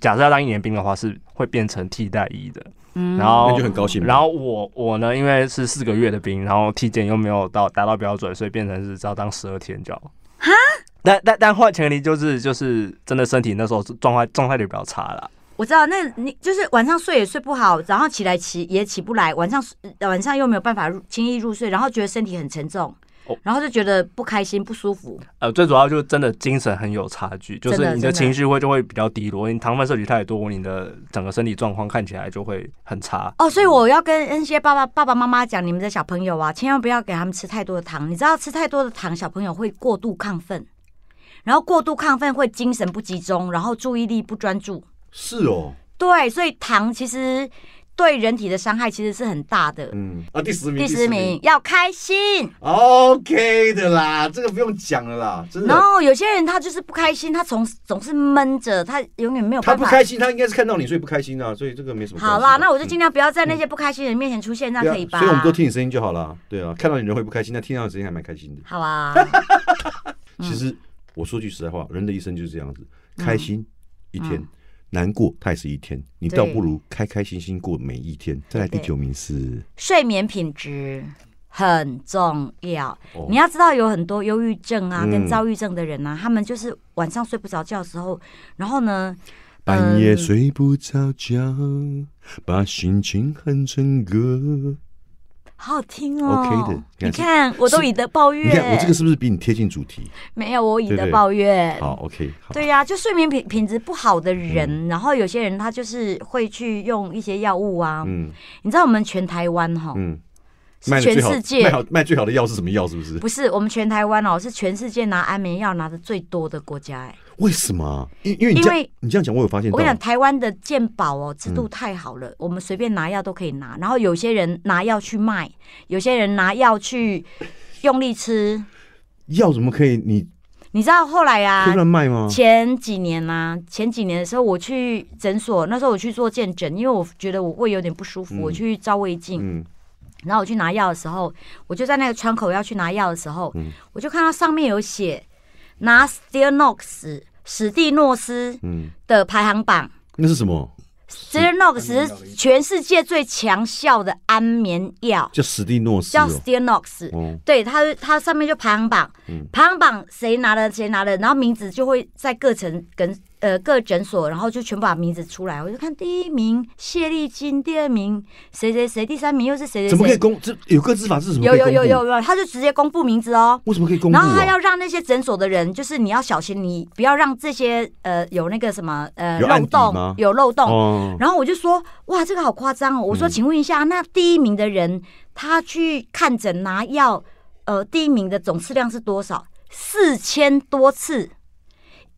Speaker 3: 假设要当一年兵的话，是会变成替代役的。
Speaker 1: 嗯
Speaker 3: 然后
Speaker 2: 那就很高兴吧。
Speaker 3: 然后我我呢，因为是四个月的兵，然后体检又没有到达到标准，所以变成是只要当十二天就好。
Speaker 1: 哈？
Speaker 3: 但但但换前提就是就是真的身体那时候状态状态就比较差啦。
Speaker 1: 我知道，那你就是晚上睡也睡不好，然后起来起也起不来，晚上呃晚上又没有办法入轻易入睡，然后觉得身体很沉重
Speaker 3: 哦，
Speaker 1: 然后就觉得不开心不舒服。
Speaker 3: 呃，最主要就是真的精神很有差距，就
Speaker 1: 真的
Speaker 3: 是你
Speaker 1: 真的
Speaker 3: 的情绪会就会比较低落，你糖分摄取太多，你的整个身体状况看起来就会很差。
Speaker 1: 哦，所以我要跟那些爸爸爸爸妈妈讲，你们的小朋友啊，千万不要给他们吃太多的糖。你知道吃太多的糖，小朋友会过度亢奋，然后过度亢奋会精神不集中，然后注意力不专注。
Speaker 2: 是哦，
Speaker 1: 对，所以糖其实对人体的伤害其实是很大的。
Speaker 2: 嗯啊，第十
Speaker 1: 第
Speaker 2: 名，
Speaker 1: 十名要开心，
Speaker 2: ，OK 的啦，这个不用讲了啦，真
Speaker 1: 然
Speaker 2: 的。
Speaker 1: 后有些人他就是不开心，他总总是闷着，他永远没有
Speaker 2: 他
Speaker 1: 办
Speaker 2: 不
Speaker 1: 法。
Speaker 2: 开心，他应该是看到你，所以不开心啊，所以这个没什么关系。
Speaker 1: 好啦，那我就
Speaker 2: 嗯
Speaker 1: 尽量不要在那些不开心的人面前出现，这
Speaker 2: 对
Speaker 1: 样
Speaker 2: 啊
Speaker 1: 可以吧？
Speaker 2: 所以我们多听你声音就好了。对啊，看到你人会不开心，但听到你声音还蛮开心的。
Speaker 1: 好啊，嗯
Speaker 2: 其实我说句实在话，人的一生就是这样子，开心一天，难过它也是一天，
Speaker 1: 嗯
Speaker 2: 你
Speaker 1: 对
Speaker 2: 倒不如开开心心过每一天。再来第
Speaker 1: 对
Speaker 2: 九名是
Speaker 1: 睡眠品质很重要。
Speaker 2: 哦
Speaker 1: 你要知道，有很多忧郁症啊、
Speaker 2: 嗯
Speaker 1: 跟躁郁症的人啊，他们就是晚上睡不着觉的时候，然后呢，
Speaker 2: 半夜睡不着觉，把心情哼成歌。
Speaker 1: 好好听哦。
Speaker 2: OK 的
Speaker 1: 你看我都以德报怨。
Speaker 2: 你看我这个是不是比你贴近主题？
Speaker 1: 没有，我以
Speaker 2: 对
Speaker 1: 德
Speaker 2: 对
Speaker 1: 报怨。
Speaker 2: 好，OK，好，嗯
Speaker 1: 对呀、就睡眠品品质不好的人，然后有些人他就是会去用一些药物啊。
Speaker 2: 嗯
Speaker 1: 你知道我们全台湾哈，
Speaker 2: 嗯，
Speaker 1: 是
Speaker 2: 卖的
Speaker 1: 全
Speaker 2: 最好
Speaker 1: 世界
Speaker 2: 卖好卖最好的药是什么药？是不是？
Speaker 1: 不是我们全台湾哦，是全世界拿安眠药拿的最多的国家哎。
Speaker 2: 为什么啊？因因为你
Speaker 1: 因
Speaker 2: 这样
Speaker 1: 为
Speaker 2: 你这样讲，我有发现
Speaker 1: 我跟
Speaker 2: 到
Speaker 1: 你。讲，台湾的健保哦制
Speaker 2: 嗯
Speaker 1: 度太好了，我们随便拿药都可以拿，然后有些人拿药去卖，有些人拿药去用力吃。
Speaker 2: 药怎么可以？你
Speaker 1: 你知道后来啊
Speaker 2: 可以，乱卖吗？
Speaker 1: 前几年呐、前几年的时候，我去诊所，那时候我去做健诊，因为我觉得我胃有点不舒服，
Speaker 2: 嗯
Speaker 1: 我去照胃镜，
Speaker 2: 嗯，
Speaker 1: 然后我去拿药的时候，我就在那个窗口要去拿药的时候，
Speaker 2: 嗯
Speaker 1: 我就看到上面有写拿 Stirnox 史蒂诺斯
Speaker 2: 嗯，
Speaker 1: 的排行榜
Speaker 2: 那是什么？
Speaker 1: ，Stirnox 是全世界最强效的安眠药，
Speaker 2: 叫史蒂诺斯
Speaker 1: 叫
Speaker 2: 哦。
Speaker 1: Stirnox。
Speaker 2: 哦，
Speaker 1: 对它，它上面就排行榜，
Speaker 2: 嗯
Speaker 1: 排行榜谁拿了谁拿了，然后名字就会在各层跟呃各诊所，然后就全部把名字出来。我就看第一名谢丽金，第二名谁谁谁，第三名又是谁谁
Speaker 2: 怎么可以
Speaker 1: 谁。
Speaker 2: 公？这有个执法是什么可
Speaker 1: 有
Speaker 2: 以公
Speaker 1: 有
Speaker 2: 布？
Speaker 1: 有有有，他就直接公布名字哦。
Speaker 2: 为什么可以公布
Speaker 1: 然后他要
Speaker 2: 啊？
Speaker 1: 让那些诊所的人，就是你要小心，你不要让这些呃有那个什么呃
Speaker 2: 有案
Speaker 1: 漏
Speaker 2: 底吗
Speaker 1: 洞，有漏洞。
Speaker 2: 哦，
Speaker 1: 然后我就说，哇，这个好夸张哦！我说，请问一下，那第一名的人他去看诊拿药，呃，第一名的总次量是多少？四千多次，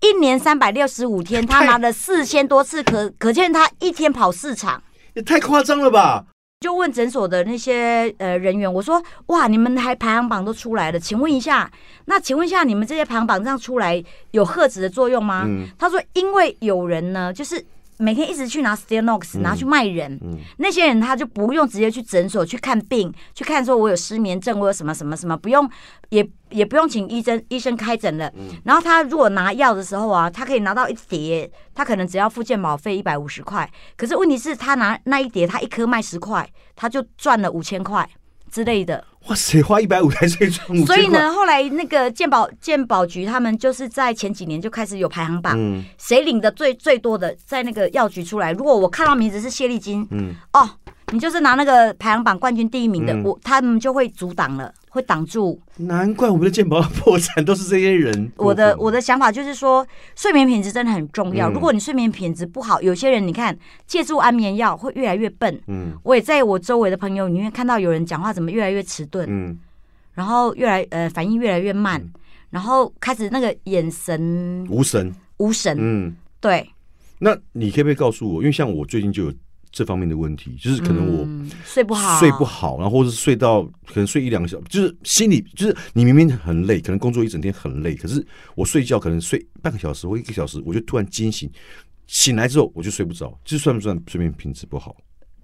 Speaker 1: 一年三百六十五天，他拿了四千多次，可可见他一天跑四场。
Speaker 2: 也太夸张了吧！
Speaker 1: 就问诊所的那些呃人员，我说：“哇，你们还排行榜都出来了，请问一下，那请问一下，你们这些排行榜这样出来有赫子的作用吗？”
Speaker 2: 嗯
Speaker 1: 他说：“因为有人呢，就是每天一直去拿 Stilnox 拿去卖人，
Speaker 2: 嗯
Speaker 1: 那些人他就不用直接去诊所去看病，去看说我有失眠症，我有什么什么什么，不用也也不用请医生医生开诊了。然后他如果拿药的时候啊，他可以拿到一叠，他可能只要付健保费一百五十块，可是问题是他拿那一叠，他一颗卖十块，他就赚了五千块。”之类的，
Speaker 2: 哇塞，花一百五才最赚五
Speaker 1: 所以呢，后来那个健保健保局他们就是在前几年就开始有排行榜，
Speaker 2: 嗯，
Speaker 1: 谁领的最最多的，在那个药局出来。如果我看到名字是谢丽金，
Speaker 2: 嗯
Speaker 1: 哦，你就是拿那个排行榜冠军第一名的，
Speaker 2: 嗯
Speaker 1: 我他们就会阻挡了，会挡住。
Speaker 2: 难怪我们的健保破产都是这些人。
Speaker 1: 我的我的想法就是说，睡眠品质真的很重要。
Speaker 2: 嗯
Speaker 1: 如果你睡眠品质不好，有些人你看借助安眠药会越来越笨。
Speaker 2: 嗯
Speaker 1: 我也在我周围的朋友里面看到有人讲话怎么越来越迟钝，
Speaker 2: 嗯，
Speaker 1: 然后越来呃反应越来越慢，然后开始那个眼神
Speaker 2: 无神，
Speaker 1: 无神，
Speaker 2: 嗯，
Speaker 1: 对。
Speaker 2: 那你可不可以告诉我？因为像我最近就有这方面的问题，就是可能我
Speaker 1: 嗯睡不好，
Speaker 2: 睡不，好，然后或者是睡到可能睡一两个小时，就是心里就是你明明很累，可能工作一整天很累，可是我睡觉可能睡半个小时或一个小时，我就突然惊醒，醒来之后我就睡不着，这算不算睡眠品质不好？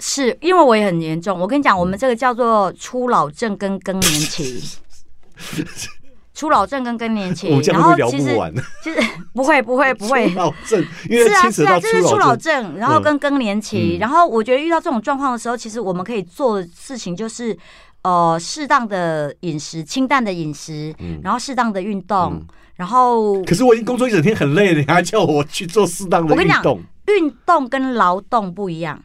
Speaker 1: 是因为我也很严重。我跟你讲，我们这个叫做初老症跟更年 期。初老症跟更年期，
Speaker 2: 我们这
Speaker 1: 然
Speaker 2: 样会
Speaker 1: 后
Speaker 2: 不会
Speaker 1: 其
Speaker 2: 聊
Speaker 1: 实
Speaker 2: 不完？
Speaker 1: 其实不会不会不会，
Speaker 2: 初老 症，因为
Speaker 1: 是啊
Speaker 2: 牵
Speaker 1: 是
Speaker 2: 扯
Speaker 1: 啊，
Speaker 2: 到
Speaker 1: 这是初老
Speaker 2: 老，
Speaker 1: 症，然后跟更年期，
Speaker 2: 嗯
Speaker 1: 然后我觉得遇到这种状况的时候，其实我们可以做的事情就是，呃，适当的饮食，清淡的饮食，
Speaker 2: 嗯
Speaker 1: 然后适当的运动，然后
Speaker 2: 可是我已经工作一整天很累了，你还叫我去做适当的
Speaker 1: 我跟
Speaker 2: 运
Speaker 1: 你讲
Speaker 2: 动？
Speaker 1: 运动跟劳动不一样，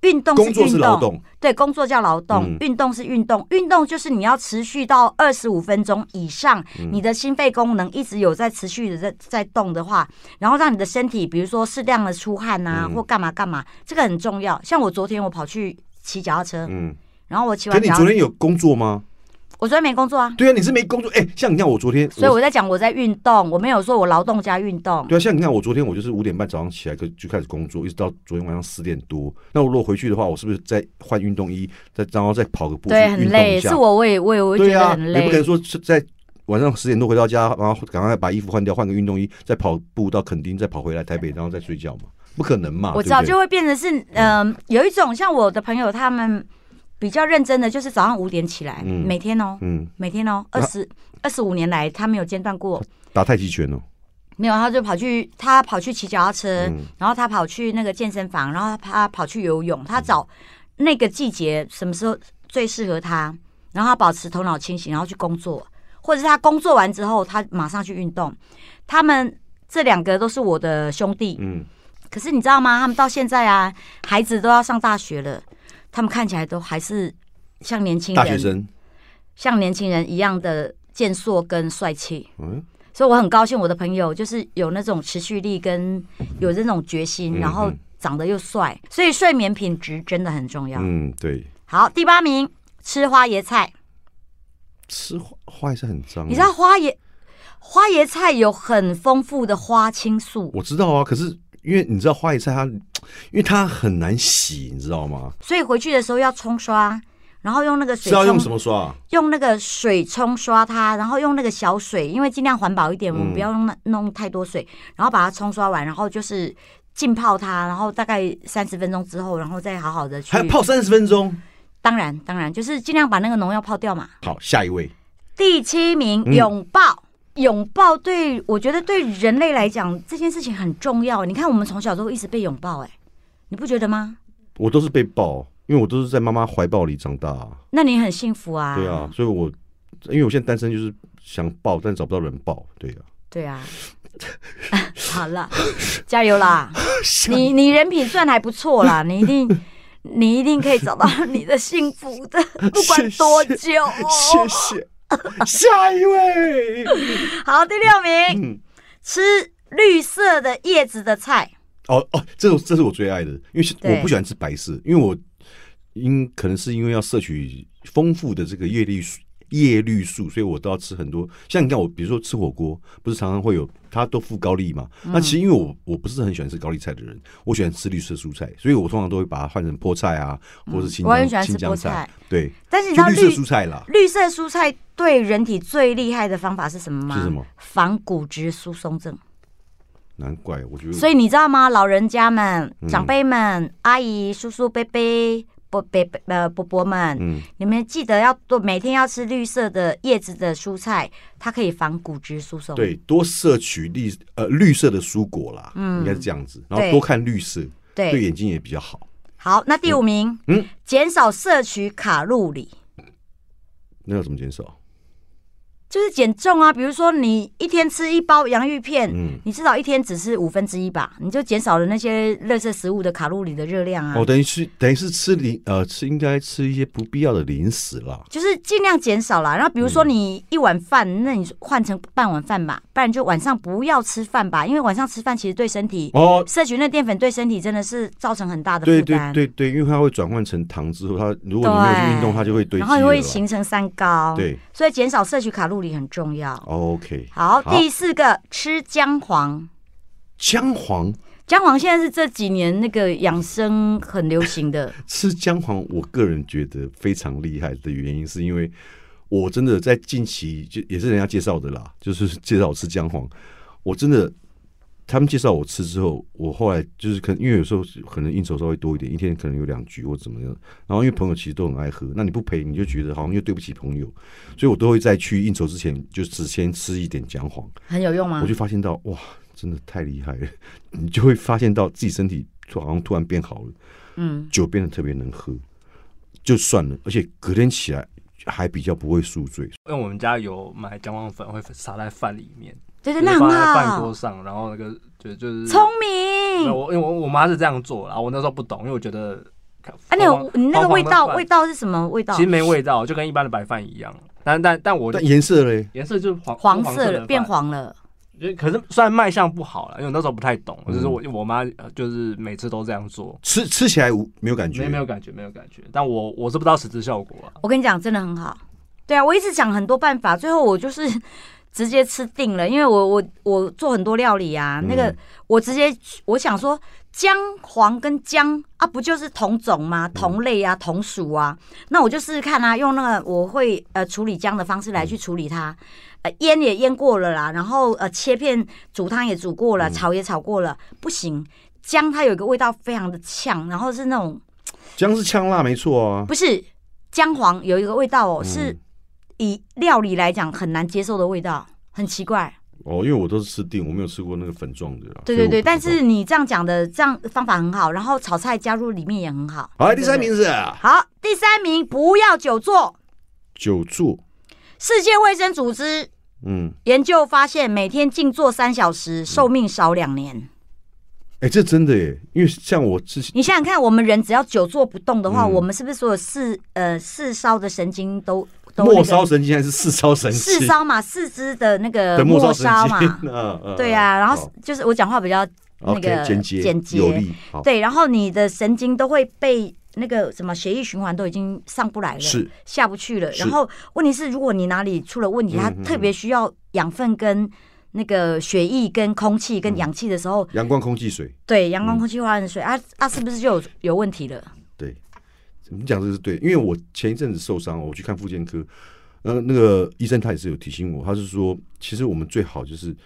Speaker 1: 运动
Speaker 2: 工作
Speaker 1: 运
Speaker 2: 是
Speaker 1: 动，
Speaker 2: 劳动，
Speaker 1: 对，工作叫劳动，
Speaker 2: 嗯
Speaker 1: 运动是运动，运动就是你要持续到二十五分钟以上，
Speaker 2: 嗯
Speaker 1: 你的心肺功能一直有在持续的在在动的话，然后让你的身体，比如说适量的出汗啊，
Speaker 2: 嗯
Speaker 1: 或干嘛干嘛，这个很重要。像我昨天我跑去骑脚踏车，
Speaker 2: 嗯。
Speaker 1: 然后我骑
Speaker 2: 可
Speaker 1: 完
Speaker 2: 你
Speaker 1: 脚踏
Speaker 2: 昨，天有工作吗？
Speaker 1: 我昨天没工作啊，
Speaker 2: 对啊，你是没工作。哎、像你看我昨天，
Speaker 1: 所以
Speaker 2: 我
Speaker 1: 我在讲我在运动，我没有说我劳动加运动。
Speaker 2: 对啊，像你看，我昨天我就是五点半早上起来就就开始工作，一直到昨天晚上四点多。那我如果回去的话，我是不是再换运动衣，再然后再跑个步，
Speaker 1: 对，
Speaker 2: 去
Speaker 1: 很
Speaker 2: 运动
Speaker 1: 累，
Speaker 2: 一下
Speaker 1: 是我，我也，我也，我也
Speaker 2: 对
Speaker 1: 觉得
Speaker 2: 啊，
Speaker 1: 很
Speaker 2: 你不可
Speaker 1: 累
Speaker 2: 能。说是在晚上十点多回到家，然后赶快把衣服换掉，换个运动衣，再跑步到垦丁，再跑回来台北，然后再睡觉嘛？不可能嘛？
Speaker 1: 我
Speaker 2: 对
Speaker 1: 知道，
Speaker 2: 不啊对
Speaker 1: 就会变成是，嗯、有一种像我的朋友，他们比较认真的，就是早上五点起来，
Speaker 2: 嗯
Speaker 1: 每天哦，
Speaker 2: 嗯，
Speaker 1: 每天哦，二
Speaker 2: 那
Speaker 1: 十二十五年来，他没有间断过，
Speaker 2: 打太极拳哦，
Speaker 1: 没有，他就跑去，他跑去骑脚踏车，
Speaker 2: 嗯
Speaker 1: 然后他跑去那个健身房，然后他跑去游泳，他找那个季节什么时候最适合他，然后他保持头脑清醒，然后去工作，或者是他工作完之后，他马上去运动。他们这两个都是我的兄弟，
Speaker 2: 嗯，
Speaker 1: 可是你知道吗？他们到现在啊，孩子都要上大学了，他们看起来都还是像年轻人，
Speaker 2: 大学生，
Speaker 1: 像年轻人一样的健硕跟帅气。
Speaker 2: 嗯，
Speaker 1: 所以我很高兴，我的朋友就是有那种持续力跟有这种决心，
Speaker 2: 嗯
Speaker 1: 然后
Speaker 2: 嗯
Speaker 1: 长得又帅，所以睡眠品质真的很重要。
Speaker 2: 嗯，对，
Speaker 1: 好，第八名吃花椰菜，
Speaker 2: 吃花花也是很脏啊，
Speaker 1: 你知道花椰花椰菜有很丰富的花青素，
Speaker 2: 我知道啊，可是因为你知道花椰菜它，因为它很难洗，你知道吗？
Speaker 1: 所以回去的时候要冲刷，然后用那个
Speaker 2: 是
Speaker 1: 水
Speaker 2: 要
Speaker 1: 冲
Speaker 2: 用什么刷啊？
Speaker 1: 用那个水冲刷它，然后用那个小水，因为尽量环保一点，
Speaker 2: 嗯
Speaker 1: 我们不要用那弄太多水，然后把它冲刷完，然后就是浸泡它，然后大概三十分钟之后，然后再好好的去
Speaker 2: 还要。泡三十分钟。
Speaker 1: 当然，当然就是尽量把那个农药泡掉嘛。
Speaker 2: 好，下一位，
Speaker 1: 第七名，
Speaker 2: 嗯
Speaker 1: 拥抱。拥抱对我觉得对人类来讲这件事情很重要。你看，我们从小都一直被拥抱、哎，你不觉得吗？
Speaker 2: 我都是被抱，因为我都是在妈妈怀抱里长大、
Speaker 1: 那你很幸福啊。
Speaker 2: 对啊，，所以我因为我现在单身，就是想抱，但找不到人抱，对啊。
Speaker 1: 对啊， 好了，加油啦！你你人品算还不错啦， 你一定你一定可以找到你的幸福 的，不管多久。
Speaker 2: 谢谢， 下一位，
Speaker 1: 好，第六名，
Speaker 2: 嗯，
Speaker 1: 吃绿色的叶子的菜，
Speaker 2: 哦哦，这是这是我最爱的，因为
Speaker 1: 对
Speaker 2: 我不喜欢吃白色，因为我因可能是因为要摄取丰富的这个叶绿素。叶绿素，所以我都要吃很多。像你看我，比如说吃火锅，不是常常会有它都附高丽嘛？
Speaker 1: 嗯
Speaker 2: 那其实因为我我不是很喜欢吃高丽菜的人，我喜欢吃绿色蔬菜，所以我通常都会把它换成菠菜啊，或是青
Speaker 1: 嗯我很喜
Speaker 2: 江
Speaker 1: 欢吃
Speaker 2: 青江
Speaker 1: 菠菜
Speaker 2: 菜，对，
Speaker 1: 但是你知道
Speaker 2: 就绿色
Speaker 1: 绿
Speaker 2: 蔬菜啦。
Speaker 1: 绿色蔬菜对人体最厉害的方法是什么吗？
Speaker 2: 是什么？
Speaker 1: 防骨质疏松症。
Speaker 2: 难怪我觉得，
Speaker 1: 所
Speaker 2: 以
Speaker 1: 以你知道吗？老人家们、
Speaker 2: 嗯
Speaker 1: 长辈们、阿姨、叔叔、伯伯、伯伯伯呃伯伯们，
Speaker 2: 嗯，
Speaker 1: 你们记得要多每天要吃绿色的叶子的蔬菜，它可以防骨质疏松。
Speaker 2: 对，多摄取绿呃绿色的蔬果啦，
Speaker 1: 嗯
Speaker 2: 应该是这样子，然后
Speaker 1: 对
Speaker 2: 多看绿色，
Speaker 1: 对
Speaker 2: 对眼睛也比较好。
Speaker 1: 好，那第五名，
Speaker 2: 嗯
Speaker 1: 减少摄取卡路里，
Speaker 2: 那要怎么减少？
Speaker 1: 就是减重啊。比如说你一天吃一包洋芋片，
Speaker 2: 嗯，
Speaker 1: 你至少一天只吃五分之一吧，你就减少了那些热色食物的卡路里的热量啊。
Speaker 2: 哦，等于是等于是吃零呃吃应该吃一些不必要的零食啦。
Speaker 1: 就是尽量减少啦。然后比如说
Speaker 2: 嗯
Speaker 1: 你一碗饭，那你换成半碗饭吧，不然就晚上不要吃饭吧，因为晚上吃饭其实对身体、
Speaker 2: 哦，
Speaker 1: 摄取那淀粉对身体真的是造成很大的
Speaker 2: 对
Speaker 1: 负
Speaker 2: 对
Speaker 1: 担。
Speaker 2: 对对，因为它会转换成糖之后，它如果你没有去运动，
Speaker 1: 对
Speaker 2: 它就会堆积
Speaker 1: 然
Speaker 2: 了
Speaker 1: 后
Speaker 2: 啦。
Speaker 1: 也会形成三高，，
Speaker 2: 对
Speaker 1: 所以减少摄取卡路里很重要。
Speaker 2: ，OK。
Speaker 1: 好，
Speaker 2: 好
Speaker 1: 第四个吃姜黄，
Speaker 2: 姜黄
Speaker 1: 姜黄现在是这几年那个养生很流行 的，
Speaker 2: 吃姜黄，我个人觉得非常厉害的原因，是因为我真的在近期就也是人家介绍的啦，就是 介绍我吃姜黄，我真的他们介绍我吃之后，我后来就是可能因为有时候可能应酬稍微多一点，一天可能有两局或怎么样，然后因为朋友其实都很爱喝，那你不陪你就觉得好像又对不起朋友，所以我都会在去应酬之前就只先吃一点姜黄，
Speaker 1: 很有用吗
Speaker 2: 我？就发现到哇，真的太厉害了， 你就会发现到自己身体突好像突然变好了。
Speaker 1: 嗯，
Speaker 2: 酒变得特别能喝，就算了，而且隔天起来还比较不会宿醉。
Speaker 3: 因为我们家有买姜黄粉，会撒在饭里面，
Speaker 1: 对对，
Speaker 3: 就
Speaker 1: 那
Speaker 3: 是
Speaker 1: 很
Speaker 3: 放在饭
Speaker 1: 好
Speaker 3: 桌，上，然后那个就就是
Speaker 1: 聪
Speaker 3: 没有
Speaker 1: 明。
Speaker 3: 我因为我我妈是这样做，然后我那时候不懂，因为我觉得
Speaker 1: 啊，你有你那个味道，味
Speaker 3: 道
Speaker 1: 道是什么味道
Speaker 3: 其？实没味道，就跟一般的白饭一样，但但但我
Speaker 2: 但颜色嘞，
Speaker 3: 颜色就是黄
Speaker 1: 黄
Speaker 3: 色
Speaker 1: 色
Speaker 3: 的
Speaker 1: 了，
Speaker 3: 饭
Speaker 1: 变，黄了。
Speaker 3: 就可是虽然卖相不好了，因为我那时候不太懂，
Speaker 2: 嗯
Speaker 3: 就是我我妈呃就是每次都这样做，
Speaker 2: 吃吃起来无没有感觉，
Speaker 3: 没没有感觉没有感觉，但我我是不知道实质效果啊，
Speaker 1: 我跟你讲，真的很好。对啊，我一直想很多办法， 最后我就是直接吃定了，因为我我我做很多料理啊，那个
Speaker 2: 嗯
Speaker 1: 我直接我想说姜黄跟姜啊，不就是同种吗？同类啊，同属啊，那我就试试看啊，用那个我会呃处理姜的方式来去处理它，呃腌也腌过了啦，然后呃切片煮汤也煮过了，炒也炒过了，不行。姜它有一个味道非常的呛，然后是那种
Speaker 2: 姜是呛辣没错啊，
Speaker 1: 不是姜黄有一个味道哦，
Speaker 2: 嗯
Speaker 1: 是以料理来讲很难接受的味道，很奇怪。
Speaker 2: 哦，因为我都是吃定，我没有吃过那个粉状的啦。啊
Speaker 1: 对
Speaker 2: 所以
Speaker 1: 对对，
Speaker 2: 我不知道
Speaker 1: 但是你这样讲的这样方法很好，然后炒菜加入里面也很好。
Speaker 2: 好，
Speaker 1: 对
Speaker 2: 第三。
Speaker 1: 对
Speaker 2: 名是
Speaker 1: 对好，第三名不要久坐。
Speaker 2: 久坐，
Speaker 1: 世界卫生组织
Speaker 2: 嗯，
Speaker 1: 研究发现，每天静坐三小时，寿命少两年。
Speaker 2: 哎，这真的耶，因为像我之前
Speaker 1: 你想想看，我们人只要久坐不动的话，
Speaker 2: 嗯
Speaker 1: 我们是不是所有四呃四梢的神经都都那
Speaker 2: 末
Speaker 1: 个
Speaker 2: 梢神经还是四梢神经，
Speaker 1: 四梢嘛，四肢的那个
Speaker 2: 的末梢
Speaker 1: 末
Speaker 2: 神
Speaker 1: 梢嘛，
Speaker 2: 经， 嗯嗯
Speaker 1: 对啊，然后
Speaker 2: 好
Speaker 1: 就是我讲话比较
Speaker 2: OK，
Speaker 1: 那个
Speaker 2: 简洁
Speaker 1: 简洁
Speaker 2: 有力，好，
Speaker 1: 对，然后你的神经都会被那个什么血液循环都已经上不来了，
Speaker 2: 是
Speaker 1: 下不去了。
Speaker 2: 是
Speaker 1: 然后问题是，如果你哪里出了问题，
Speaker 2: 嗯
Speaker 1: 它
Speaker 2: 嗯
Speaker 1: 特别需要养分跟那个血液、跟空气、跟氧气的时候，
Speaker 2: 阳光、空气、水，
Speaker 1: 对阳光、
Speaker 2: 嗯
Speaker 1: 空气、化热水啊啊，是不是就有有问题了？
Speaker 2: 对，你讲这是对，因为我前一阵子受伤，我去看复健科，呃，那个医生他也是有提醒我，他是说，其实我们最好就是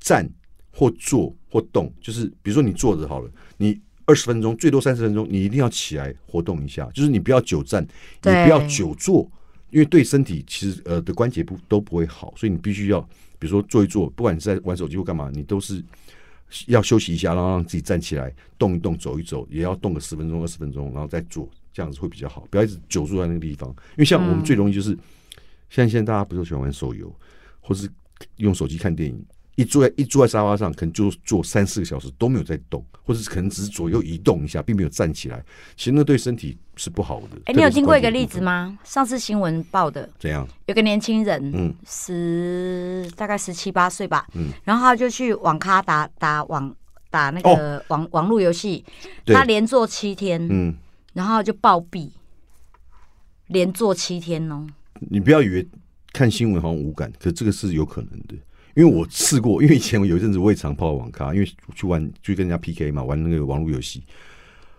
Speaker 2: 站或坐或动，就是比如说你坐着好了，你二十分钟最多三十分钟，你一定要起来活动一下，就是你不要久站，你
Speaker 1: 对
Speaker 2: 不要久坐，因为对身体其实呃的关节不都不会好，所以你必须要，比如说坐一坐，不管你是在玩手机或干嘛，你都是要休息一下，然后让自己站起来动一动、走一走，也要动个十分钟、二十分钟，然后再坐，这样子会比较好，不要一直久坐在那个地方。因为像我们
Speaker 1: 嗯
Speaker 2: 最容易就是，现在现在大家不是喜欢玩手游，或是用手机看电影。一坐在一坐在沙发上，可能就坐三四个小时都没有在动，或者是可能只是左右移动一下，并没有站起来。其实那对身体是不好的。
Speaker 1: 哎，你有听过一个
Speaker 2: 特
Speaker 1: 例
Speaker 2: 别是关节
Speaker 1: 子
Speaker 2: 部分？
Speaker 1: 吗？上次新闻报的，
Speaker 2: 怎样？
Speaker 1: 有个年轻人，
Speaker 2: 嗯
Speaker 1: 十大概十七八岁吧，
Speaker 2: 嗯
Speaker 1: 然后他就去网咖打打网打那个网、网络游戏，
Speaker 2: 哦对
Speaker 1: 他连做七天，
Speaker 2: 嗯，
Speaker 1: 然后就暴毙，连做七天哦。
Speaker 2: 你不要以为看新闻好像无感，可这个是有可能的。因为我试过，因为以前我有一阵子我也常泡网咖，因为去玩去跟人家 PK 嘛，玩那个网络游戏。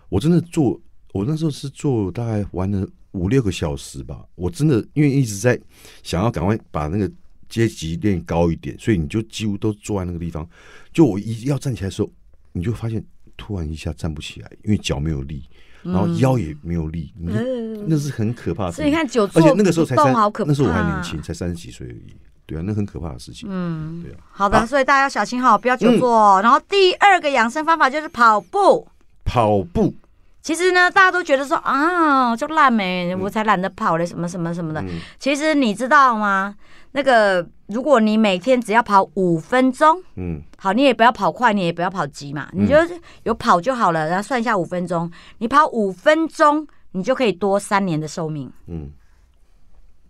Speaker 2: 我真的做，我那时候是做大概玩了五六个小时吧。我真的因为一直在想要赶快把那个阶级练高一点，所以你就几乎都坐在那个地方。就我一要站起来的时候，你就发现突然一下站不起来，因为脚没有力，然后腰也没有力，你就那是很可怕的。
Speaker 1: 嗯哎所以你看久
Speaker 2: 啊而
Speaker 1: 坐
Speaker 2: 且那个时候才
Speaker 1: 不动
Speaker 2: 三，
Speaker 1: 好可怕，
Speaker 2: 那时候我还年轻，。才三十几岁而已。对啊，那很可怕的事情。
Speaker 1: 嗯
Speaker 2: 对啊，嗯
Speaker 1: 好的，
Speaker 2: 好
Speaker 1: 所以大家要小心哈，不要久坐哦。然后第二个养生方法就是跑步。
Speaker 2: 跑步，
Speaker 1: 其实呢，大家都觉得说啊，就烂没，我才懒得跑嘞，什么什么什么的。
Speaker 2: 嗯
Speaker 1: 其实你知道吗？那个，如果你每天只要跑五分钟，
Speaker 2: 嗯，
Speaker 1: 好，你也不要跑快，你也不要跑急嘛，你就是有跑就好了，然后算一下五分钟，你跑五分钟，你就可以多三年的寿命，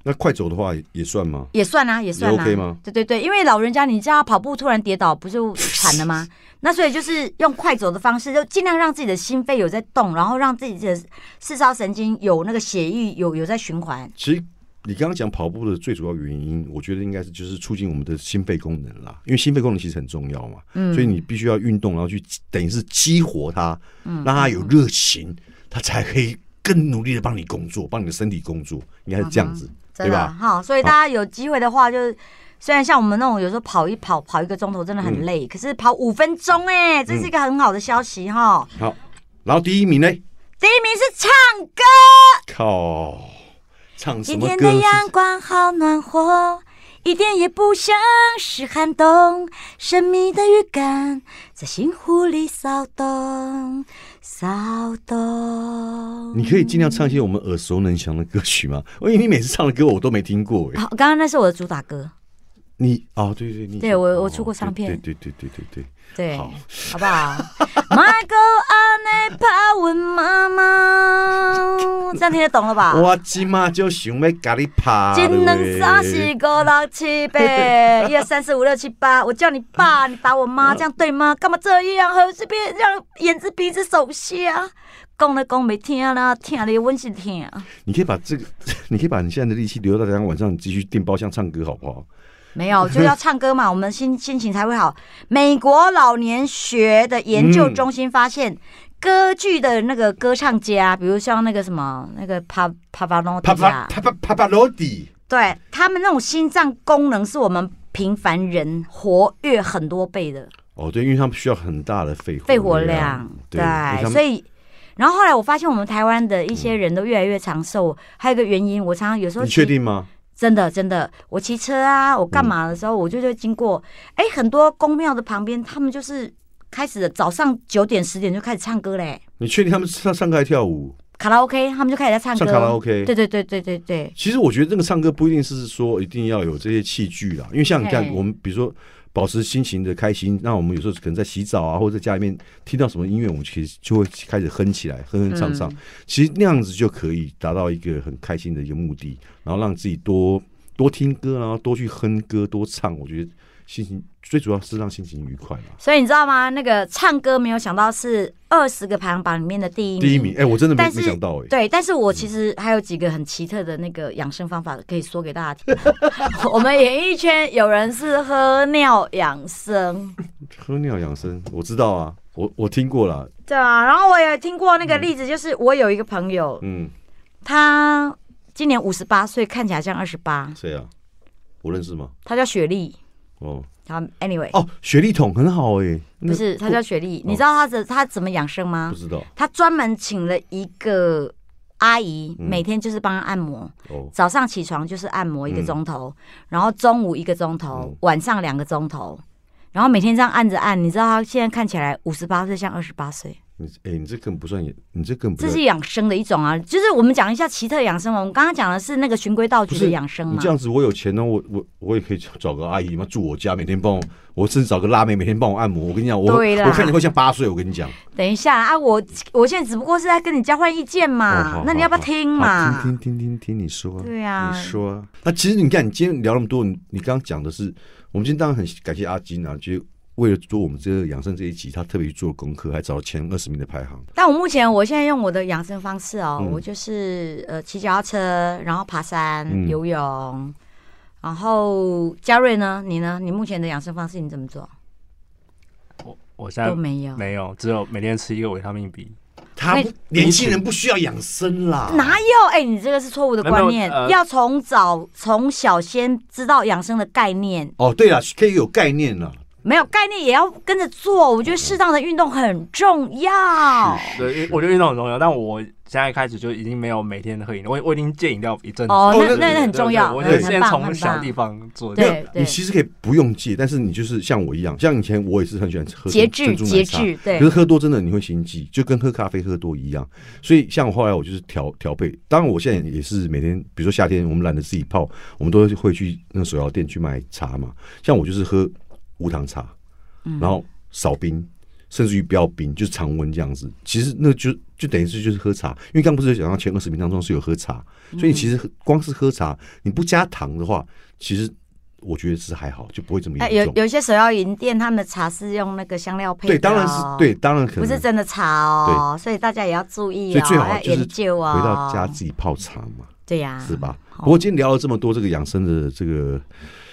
Speaker 2: 那快走的话也也算吗？
Speaker 1: 也算啊，也算啊。
Speaker 2: 也 OK 吗
Speaker 1: 对对对，因为老人家你叫他跑步突然跌倒，不就惨了 吗？那所以就是用快走的方式，就尽量让自己的心肺有在动，然后让自己的四梢神经有那个血液有有在循环。
Speaker 2: 其实你刚刚讲跑步的最主要原因，我觉得应该是就是促进我们的心肺功能啦，因为心肺功能其实很重要嘛，
Speaker 1: 嗯
Speaker 2: 所以你必须要运动，然后去等于是激活它，
Speaker 1: 嗯
Speaker 2: 让它有热情，它才可以更努力的帮你工作，帮你的身体工作，应该是这样子，
Speaker 1: 嗯真
Speaker 2: 对
Speaker 1: 的啊
Speaker 2: 吧？
Speaker 1: 哈，所以大家有机会的话，就是虽然像我们那种有时候跑一跑跑一个钟头真的
Speaker 2: 嗯
Speaker 1: 很累，可是跑五分钟哎、这是一个很好的消息哈。
Speaker 2: 好，然后第一名呢？
Speaker 1: 第一名是唱歌，
Speaker 2: 靠，唱什
Speaker 1: 今
Speaker 2: 么
Speaker 1: 天
Speaker 2: 歌
Speaker 1: 的？阳光好暖和，一点也不像是寒冬，神秘的预感在心湖里骚动，骚动。
Speaker 2: 你可以尽量唱一些我们耳熟能详的歌曲吗？ 因为你每次唱的歌我都没听过、哎，
Speaker 1: 好，刚刚那是我的主打歌，
Speaker 2: 你哦，对对，你
Speaker 1: 对我
Speaker 2: 哦
Speaker 1: 我出过唱片
Speaker 2: 对对对对对对，
Speaker 1: 对，
Speaker 2: 好
Speaker 1: 好不好？Michael 阿内帕文妈妈，这样听得懂了 吧？
Speaker 2: 我今嘛就想要咖喱趴，
Speaker 1: 一两三四五六七八，一二三四五六七八，我叫你爸，你打我妈，这样对吗？干嘛这样？何是别让眼子鼻子手瞎？讲了讲没听啦，听了温是听。
Speaker 2: 你可以把这个， 你可以把你现在的力气留到大家晚上继续订包厢唱歌，好不好？
Speaker 1: 没有，就要唱歌嘛，我们心心情才会好。美国老年学的研究中心发现，歌剧的那个歌唱家，比如像那个什么那个帕帕帕诺
Speaker 2: 啪
Speaker 1: 蒂
Speaker 2: 啪
Speaker 1: 啊，
Speaker 2: 啪啪啪啪罗迪，
Speaker 1: 对他们那种心脏功能是我们平凡人活跃很多倍的
Speaker 2: 哦，对，因为他们需要很大的肺活
Speaker 1: 肺活量。
Speaker 2: 对，因为他们
Speaker 1: 所以。然后后来我发现，我们台湾的一些人都越来越长寿，还有一个原因，我常常有时候
Speaker 2: 你确
Speaker 1: 骑
Speaker 2: 定吗？
Speaker 1: 真的真的，我骑车啊，我干嘛的
Speaker 2: 嗯
Speaker 1: 时候，我就就经过，哎、很多公庙的旁边，他们就是开始早上九点十点就开始唱歌嘞，
Speaker 2: 你确定他们上上课还跳舞，
Speaker 1: 卡拉 OK，他们就开始在唱歌。
Speaker 2: 上卡拉 OK？
Speaker 1: 对对对对对对，
Speaker 2: 其实我觉得这个唱歌不一定是说一定要有这些器具啦，因为像你看
Speaker 1: 嘿，
Speaker 2: 我们比如说保持心情的开心，那我们有时候可能在洗澡啊，或者在家里面听到什么音乐，我们其实就会开始哼起来，哼哼唱
Speaker 1: 嗯
Speaker 2: 唱。其实那样子就可以达到一个很开心的一个目的，然后让自己多多听歌，然后多去哼歌，多唱。我觉得心情最主要是让心情愉快嘛。
Speaker 1: 所以你知道吗？那个唱歌没有想到是二十个排行榜里面的第一名。
Speaker 2: 第一名，哎、我真的
Speaker 1: 嗯
Speaker 2: 没
Speaker 1: 但是
Speaker 2: 没想到哎、
Speaker 1: 对，但是我其实还有几个很奇特的那个养生方法可以说给大家听。 我们演艺圈有人是喝尿养生，
Speaker 2: 喝尿养生，我知道啊，我我听过啦，
Speaker 1: 对啊。然后我也听过那个例子，就是我有一个朋友，
Speaker 2: 嗯，
Speaker 1: 她今年五十八岁，看起来像二十八。
Speaker 2: 谁啊？我认识吗？
Speaker 1: 她叫雪莉，
Speaker 2: 哦。
Speaker 1: 然后 anyway，、
Speaker 2: 哦，雪莉桶很好哎、那
Speaker 1: 不是，啊她叫雪莉。你知道她的她怎么养生吗
Speaker 2: 不？知道
Speaker 1: 她专门请了一个阿姨，
Speaker 2: 嗯
Speaker 1: 每天就是帮她按摩，
Speaker 2: 哦，
Speaker 1: 早上起床就是按摩一个
Speaker 2: 嗯
Speaker 1: 钟头，然后中午一个钟头，
Speaker 2: 嗯
Speaker 1: 晚上两个钟头。然后每天这样按着按，你知道她现在看起来五十八岁像二十八岁，
Speaker 2: 你哎、你这更不算，你这更不
Speaker 1: 这
Speaker 2: 算
Speaker 1: 是养生的一种啊。就是我们讲一下奇特养生嘛，我们刚刚讲的是那个循规蹈矩
Speaker 2: 不
Speaker 1: 的
Speaker 2: 是
Speaker 1: 养生
Speaker 2: 你
Speaker 1: 嘛
Speaker 2: 这。样子，我有钱呢，我我我也可以找个阿姨嘛住我家，每天帮我，我甚至找个辣妹每天帮我按摩。我跟你讲，我
Speaker 1: 对啦
Speaker 2: 我看你会像八岁，我跟你讲，
Speaker 1: 等一下啊，我我现在只不过是在跟你交换意见
Speaker 2: 哦
Speaker 1: 嘛，
Speaker 2: 好
Speaker 1: 那你
Speaker 2: 好
Speaker 1: 要不要
Speaker 2: 好
Speaker 1: 听
Speaker 2: 好
Speaker 1: 嘛？
Speaker 2: 听听听听听你说、啊，
Speaker 1: 对啊
Speaker 2: 你说、啊。那其实你看，你今天聊那么多，你你刚刚讲的是，我们今天当然很感谢阿金啊，就是为了做我们这个养生这一集，他特别去做功课，还找了前二十名的排行。
Speaker 1: 但我目前我现在用我的养生方式哦，
Speaker 2: 嗯
Speaker 1: 我就是呃骑脚踏车，然后爬山、
Speaker 2: 嗯
Speaker 1: 游泳，然后嘉瑞呢？你呢？你目前的养生方式你怎么做？
Speaker 3: 我我现
Speaker 1: 都
Speaker 3: 在
Speaker 1: 没有，
Speaker 3: 没有，只有每天吃一个维他命 B。
Speaker 2: 他
Speaker 1: 那
Speaker 2: 年轻人不需要养生啦，
Speaker 1: 哪有？哎、你这个是错误的观念，
Speaker 3: 没有没有呃
Speaker 1: 要从早从小先知道养生的概念，
Speaker 2: 哦，对了，可以有概念了。
Speaker 1: 没有概念也要跟着做。我觉得适当的运动很重要。
Speaker 3: 对，因为 我觉得运动很重要，但我现在开始就已经没有每天喝饮料，我我已经戒饮料一阵子。
Speaker 1: 哦，
Speaker 2: 哦
Speaker 1: 那
Speaker 2: 那
Speaker 1: 那那很
Speaker 3: 对
Speaker 1: 重
Speaker 3: 对
Speaker 1: 要，
Speaker 3: 我
Speaker 1: 嗯
Speaker 3: 就
Speaker 1: 很
Speaker 3: 先
Speaker 1: 棒
Speaker 3: 从
Speaker 1: 很
Speaker 3: 小
Speaker 1: 棒
Speaker 3: 地方做起。
Speaker 1: 对
Speaker 2: 没有你其实可以不用戒，但是你就是像我一样，像以前我也是很喜欢喝
Speaker 1: 节制
Speaker 2: 珍珍珠奶
Speaker 1: 节
Speaker 2: 茶，
Speaker 1: 制，
Speaker 2: 可是
Speaker 1: 对，
Speaker 2: 喝多真的你会心悸，就跟喝咖啡喝多一样。所以像我后来我就是调调配，当然我现在也是每天，比如说夏天我们懒得自己泡，我们都会去那个手摇店去买茶嘛。像我就是喝无糖茶，
Speaker 1: 嗯
Speaker 2: 然后少冰，甚至于不要冰，就是常温这样子。其实那就就等于是就是喝茶，因为刚不是有讲到前二十名当中是有喝茶，
Speaker 1: 嗯
Speaker 2: 所以你其实喝光是喝茶，你不加糖的话，其实我觉得是还好，就不会这么
Speaker 1: 哎，有
Speaker 2: 严重。
Speaker 1: 有些手摇饮店他们的茶是用那个香料配的、哦
Speaker 2: 对，当然是，对，当然可
Speaker 1: 不
Speaker 2: 能
Speaker 1: 是真的茶哦，所以大家也要注意
Speaker 2: 所以
Speaker 1: 哦，
Speaker 2: 最好
Speaker 1: 要
Speaker 2: 就是
Speaker 1: 研究哦，
Speaker 2: 回到家自己泡茶嘛。
Speaker 1: 对呀，
Speaker 2: 是吧？
Speaker 1: 啊好
Speaker 2: 不过今天聊了这么多这个养生的这个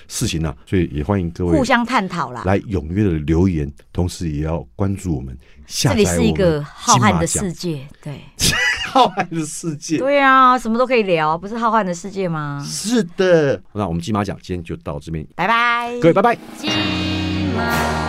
Speaker 2: 事情呢、啊，所以也欢迎各位
Speaker 1: 互相探讨啦。
Speaker 2: 来踊跃的留言，同时也要关注我们。下
Speaker 1: 这
Speaker 2: 载
Speaker 1: 里是一个浩瀚的
Speaker 2: 我
Speaker 1: 世
Speaker 2: 们金马
Speaker 1: 界，
Speaker 2: 奖，
Speaker 1: 对
Speaker 2: 浩瀚的世界。
Speaker 1: 对啊，什么都可以聊，不是浩瀚的世界吗？
Speaker 2: 是的，那我们金马奖今天就到这边，
Speaker 1: 拜拜，
Speaker 2: 各位拜拜。
Speaker 1: 金马。